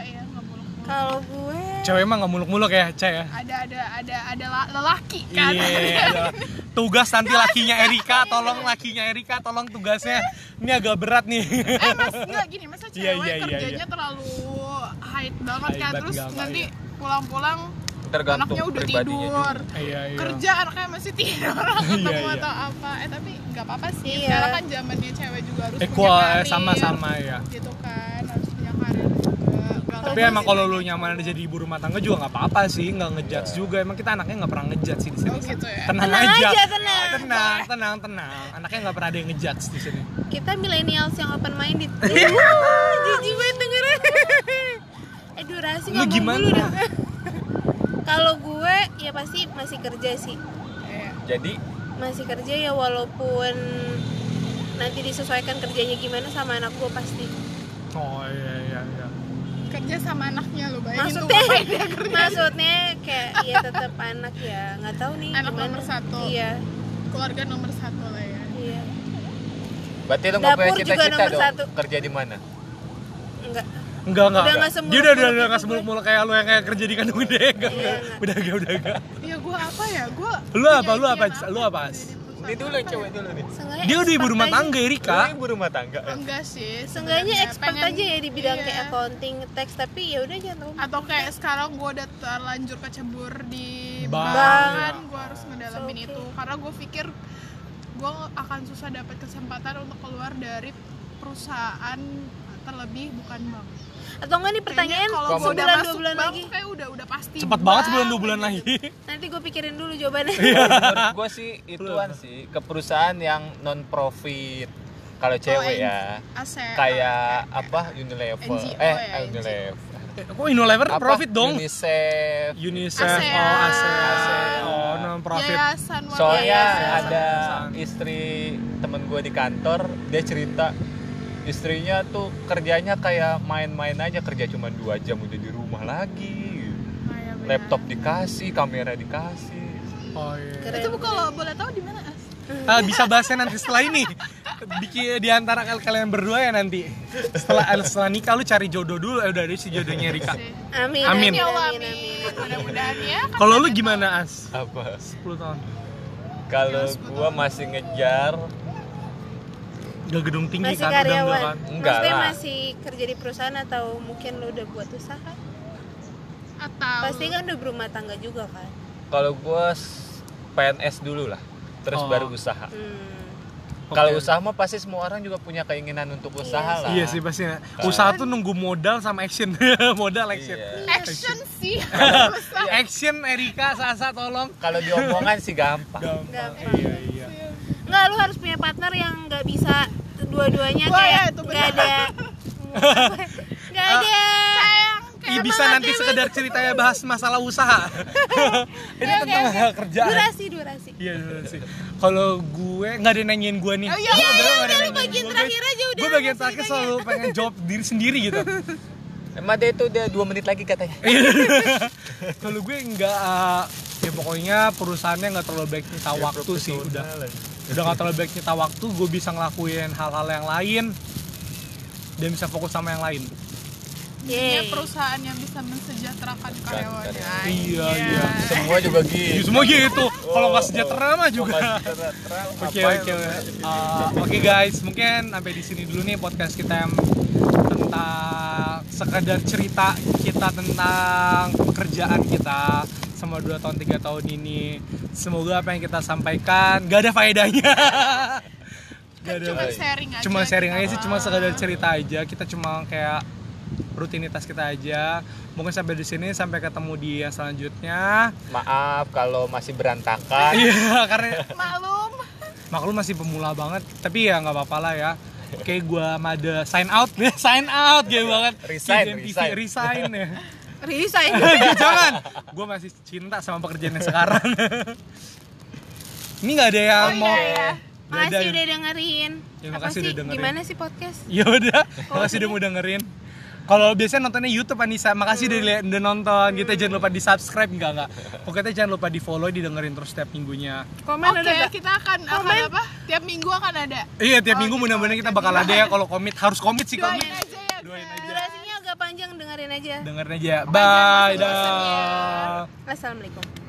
Speaker 2: cewek ya nggak muluk-muluk
Speaker 4: kalau gue
Speaker 1: Cewek emang nggak muluk-muluk ya, Cah ya?
Speaker 2: ada ada ada ada la- lelaki kan
Speaker 1: Iya. Tugas nanti lakinya Erika, tolong lakinya Erika, tolong tugasnya. Ini agak berat nih.
Speaker 2: eh mas nggak gini masa cewek
Speaker 1: Iya, iya, iya,
Speaker 2: kerjanya terlalu high banget
Speaker 1: High
Speaker 2: kan
Speaker 1: banget
Speaker 2: terus
Speaker 1: nggak,
Speaker 2: nanti
Speaker 1: iya.
Speaker 2: pulang-pulang
Speaker 3: tergantung
Speaker 2: anaknya udah
Speaker 3: pribadinya
Speaker 2: tidur
Speaker 3: juga.
Speaker 1: Iya, iya.
Speaker 2: kerja anaknya masih tidur
Speaker 1: Iya,
Speaker 2: ketemu
Speaker 1: iya.
Speaker 2: atau apa eh tapi nggak apa-apa sih
Speaker 4: Iya.
Speaker 2: sekarang kan zamannya cewek juga harus
Speaker 1: Equal
Speaker 2: punya karir
Speaker 1: Eh, sama-sama ya.
Speaker 2: gitu kan harus punya karir juga Nggak
Speaker 1: Tapi
Speaker 2: tahu
Speaker 1: emang
Speaker 2: sih.
Speaker 1: kalau lu nyaman aja jadi ibu rumah tangga juga nggak apa-apa sih, nggak ngejudge juga. Emang kita anaknya nggak pernah ngejudge sih di sini.
Speaker 2: Oh, gitu ya.
Speaker 1: Tenang,
Speaker 4: Tenang
Speaker 1: aja.
Speaker 4: aja, tenang.
Speaker 1: tenang, tenang, tenang. Anaknya nggak pernah ada yang ngejudge di sini.
Speaker 4: kita millennials yang open minded
Speaker 1: Iya.
Speaker 4: jijik banget dengerin eh durasi
Speaker 1: Lu
Speaker 4: ngomong
Speaker 1: gimana?
Speaker 4: dulu dah. kalau gue ya pasti masih kerja sih
Speaker 2: Iya.
Speaker 3: jadi
Speaker 4: masih kerja ya walaupun nanti disesuaikan kerjanya gimana sama anak gue pasti
Speaker 1: oh iya iya iya
Speaker 2: kerja sama anaknya lo bayangin
Speaker 4: maksudnya
Speaker 2: tuh kan ngapain dia kerja
Speaker 4: maksudnya kayak ya tetap anak ya nggak tahu nih
Speaker 2: Anak
Speaker 4: gimana.
Speaker 2: nomor satu.
Speaker 4: iya
Speaker 2: keluarga nomor satu lah ya
Speaker 4: iya
Speaker 3: Berarti lu nggak punya
Speaker 4: Dapur juga
Speaker 3: cita-cita
Speaker 4: nomor
Speaker 3: dong
Speaker 4: satu.
Speaker 3: kerja di mana?
Speaker 4: enggak
Speaker 1: enggak enggak
Speaker 4: Udah
Speaker 1: enggak.
Speaker 4: nggak
Speaker 1: dia udah udah udah nggak
Speaker 4: semuluk-muluk itu gue.
Speaker 1: semuluk muluk kayak lu yang kayak kerja di kandung gede enggak
Speaker 4: Iya,
Speaker 1: enggak.
Speaker 4: enggak.
Speaker 1: udah enggak udah enggak
Speaker 2: ya gue apa ya gue
Speaker 1: Lu
Speaker 2: punya
Speaker 1: apa, lu
Speaker 2: impian
Speaker 1: apa, lu apa, As?
Speaker 2: jadi perusahaan
Speaker 3: Ini dulu
Speaker 2: apa ya?
Speaker 3: coba dulu nih.
Speaker 4: Seenggaknya
Speaker 1: dia udah ibu
Speaker 4: expert
Speaker 1: rumah
Speaker 4: aja.
Speaker 1: tangga Erika
Speaker 3: Lu ibu rumah tangga. eh.
Speaker 2: enggak sih
Speaker 4: Seenggaknya
Speaker 2: sebenarnya.
Speaker 4: expert
Speaker 2: Iya, Pengen-
Speaker 4: aja ya di bidang
Speaker 2: iya.
Speaker 4: kayak accounting, tax tapi ya udah jangan rumah.
Speaker 2: atau kayak sekarang gue udah terlanjur kecebur di
Speaker 1: Bank.
Speaker 2: bank gue harus ngedalamin
Speaker 4: Oke.
Speaker 2: itu karena gue pikir gue akan susah dapat kesempatan untuk keluar dari perusahaan terlebih bukan bank.
Speaker 4: Atau enggak nih pertanyaan
Speaker 2: Kayaknya kalau gue udah
Speaker 4: sebulan dua
Speaker 2: masuk
Speaker 4: bulan
Speaker 2: bank
Speaker 4: lagi.
Speaker 2: tuh kayak udah udah pasti.
Speaker 1: cepat banget
Speaker 2: bank.
Speaker 1: sebulan dua bulan lagi
Speaker 4: Nanti gue pikirin dulu jawabannya.
Speaker 1: Iya.
Speaker 3: Menurut gue sih ituan sih ke perusahaan yang non profit. Kalau
Speaker 4: Oh,
Speaker 3: cewek
Speaker 2: yang
Speaker 3: ya
Speaker 2: Aset.
Speaker 3: kayak apa Unilever
Speaker 2: NGO
Speaker 3: eh
Speaker 2: ya, NGO.
Speaker 3: Unilever
Speaker 1: kok Innolever
Speaker 3: Apa?
Speaker 1: profit dong
Speaker 3: UNICEF
Speaker 4: Iya,
Speaker 1: UNICEF
Speaker 2: ASEAN.
Speaker 1: oh ASEAN
Speaker 3: ASEAN.
Speaker 1: oh non profit
Speaker 2: Yayasan
Speaker 4: iya,
Speaker 2: warga
Speaker 3: soalnya
Speaker 2: yayasan.
Speaker 3: ada
Speaker 1: Yayasan.
Speaker 3: istri temen gue di kantor dia cerita istrinya tuh kerjanya kayak main-main aja kerja cuma dua jam udah di rumah lagi
Speaker 2: Oh, iya, benar.
Speaker 3: laptop dikasih kamera dikasih
Speaker 1: oh iya
Speaker 2: Itu kalau boleh tahu di mana? As?
Speaker 1: Ah, bisa bahasnya nanti setelah ini bikin di antara kal- kalian berdua ya nanti setelah eh, setelah nikah lu cari jodoh dulu eh, udah ada si jodohnya Erika
Speaker 2: Sih.
Speaker 4: Amin.
Speaker 1: Amin.
Speaker 2: Ya Allah, amin.
Speaker 4: amin.
Speaker 2: Mudah-mudahan ya.
Speaker 1: kalau lu gimana as
Speaker 3: apa
Speaker 1: 10 tahun
Speaker 3: kalau gue masih ngejar
Speaker 1: udah gedung tinggi
Speaker 4: Masih
Speaker 1: kan udah- udah
Speaker 4: karyawan.
Speaker 1: kan
Speaker 3: Enggak
Speaker 4: Maksudnya
Speaker 3: lah.
Speaker 4: masih kerja di perusahaan atau mungkin lu udah buat usaha?
Speaker 2: Atau
Speaker 4: Pasti kan udah berumah tangga juga kan.
Speaker 3: kalau gue PNS dulu lah terus
Speaker 1: Oh.
Speaker 3: baru usaha
Speaker 4: Hmm.
Speaker 3: kalau
Speaker 1: Oke.
Speaker 3: usaha mah pasti semua orang juga punya keinginan untuk usaha lah Nah.
Speaker 1: Iya sih pasti. Usaha tuh nunggu modal sama action. modal action.
Speaker 3: Iya.
Speaker 2: action sih.
Speaker 1: Action Erika Sasa tolong.
Speaker 3: kalau diomongan sih gampang
Speaker 4: Gampang. Iya, Enggak, lu harus punya partner yang nggak bisa dua-duanya
Speaker 2: Wah, ya,
Speaker 4: kayak
Speaker 2: itu
Speaker 4: nggak ada nggak ada
Speaker 1: Ih, bisa nanti sekedar ceritanya bahas masalah usaha. Ini
Speaker 4: Oke,
Speaker 1: tentang
Speaker 4: oke.
Speaker 1: hal kerjaan.
Speaker 4: durasi durasi
Speaker 1: Iya bener sih. Kalau gue nggak ada yang nanyain gue nih.
Speaker 2: Oh, iya, iya,
Speaker 1: Gue nggak ada
Speaker 4: udah,
Speaker 1: yang
Speaker 4: lu
Speaker 1: nanyain
Speaker 4: bagian
Speaker 1: gue,
Speaker 4: terakhir
Speaker 1: guys.
Speaker 4: aja, udah,
Speaker 1: Gue bagian
Speaker 4: langsung
Speaker 1: terakhir
Speaker 4: ditanya.
Speaker 1: selalu pengen jawab diri sendiri gitu. Iya.
Speaker 3: emang dia itu udah dua menit lagi katanya
Speaker 1: Kalau gue nggak eh, ya pokoknya perusahaannya nggak terlalu baik
Speaker 3: Ya,
Speaker 1: nyita waktu sih udah. Udah nggak terlalu baik nyita waktu, gue bisa ngelakuin hal-hal yang lain dan bisa fokus sama yang lain.
Speaker 2: Intinya
Speaker 4: Yeay.
Speaker 2: perusahaan yang bisa mensejahterakan karyawannya.
Speaker 3: karyawan.
Speaker 1: Iya, Kan, iya.
Speaker 3: semua juga
Speaker 1: Ya,
Speaker 3: gitu
Speaker 1: semua gitu. Kalau nggak sejahtera mah juga. Oke oke. Uh, Oke guys, mungkin sampai di sini dulu nih podcast kita yang tentang sekedar cerita kita tentang pekerjaan kita sama 2 tahun 3 tahun ini. Semoga apa yang kita sampaikan gak ada faedahnya. Gak ada.
Speaker 2: Cuma sharing aja. Ah.
Speaker 1: Cuma sharing
Speaker 2: kita.
Speaker 1: aja sih, cuma sekedar cerita aja. Kita cuma kayak rutinitas kita aja. Mungkin sampai di sini sampai ketemu di yang selanjutnya.
Speaker 3: maaf kalau masih berantakan
Speaker 1: Iya, karena
Speaker 2: Maklum.
Speaker 1: maklum masih pemula banget tapi ya nggak apa-apa lah ya oke gua made sign out sign out gue banget Ki
Speaker 3: Resign,
Speaker 1: Gen TV,
Speaker 3: resign.
Speaker 1: resign ya
Speaker 4: resign
Speaker 1: Ih, jangan gua masih cinta sama pekerjaan yang sekarang ini nggak ada yang
Speaker 2: Oh,
Speaker 1: mau
Speaker 2: iya, iya.
Speaker 1: Nggak ada
Speaker 4: Makasih
Speaker 1: yang-
Speaker 4: udah dengerin.
Speaker 1: Ya,
Speaker 4: Apa
Speaker 1: makasih
Speaker 4: sih?
Speaker 1: udah dengerin.
Speaker 4: Gimana sih podcast?
Speaker 1: ya udah
Speaker 2: Oh,
Speaker 1: makasih
Speaker 2: iya.
Speaker 1: udah mau dengerin kalau biasanya nontonnya YouTube Anissa, makasih udah,
Speaker 2: Hmm.
Speaker 1: li- udah nonton. Kita jangan lupa di subscribe enggak enggak. Pokoknya jangan lupa di follow, didengerin terus setiap minggunya.
Speaker 4: Komen
Speaker 2: Oke,
Speaker 4: udah nggak?
Speaker 2: kita akan akan apa? Tiap minggu akan ada.
Speaker 1: Iya tiap
Speaker 2: Oh,
Speaker 1: minggu
Speaker 2: gitu.
Speaker 1: mudah-mudahan kita bakal ada ya kalau komit harus komit sih
Speaker 2: Doain
Speaker 1: komit.
Speaker 2: aja ya.
Speaker 1: Doain
Speaker 2: Kak.
Speaker 1: aja.
Speaker 4: Durasinya agak panjang dengerin aja.
Speaker 1: dengerin aja Iya. bye
Speaker 2: bosen-bosen ya.
Speaker 1: dah
Speaker 4: Assalamualaikum.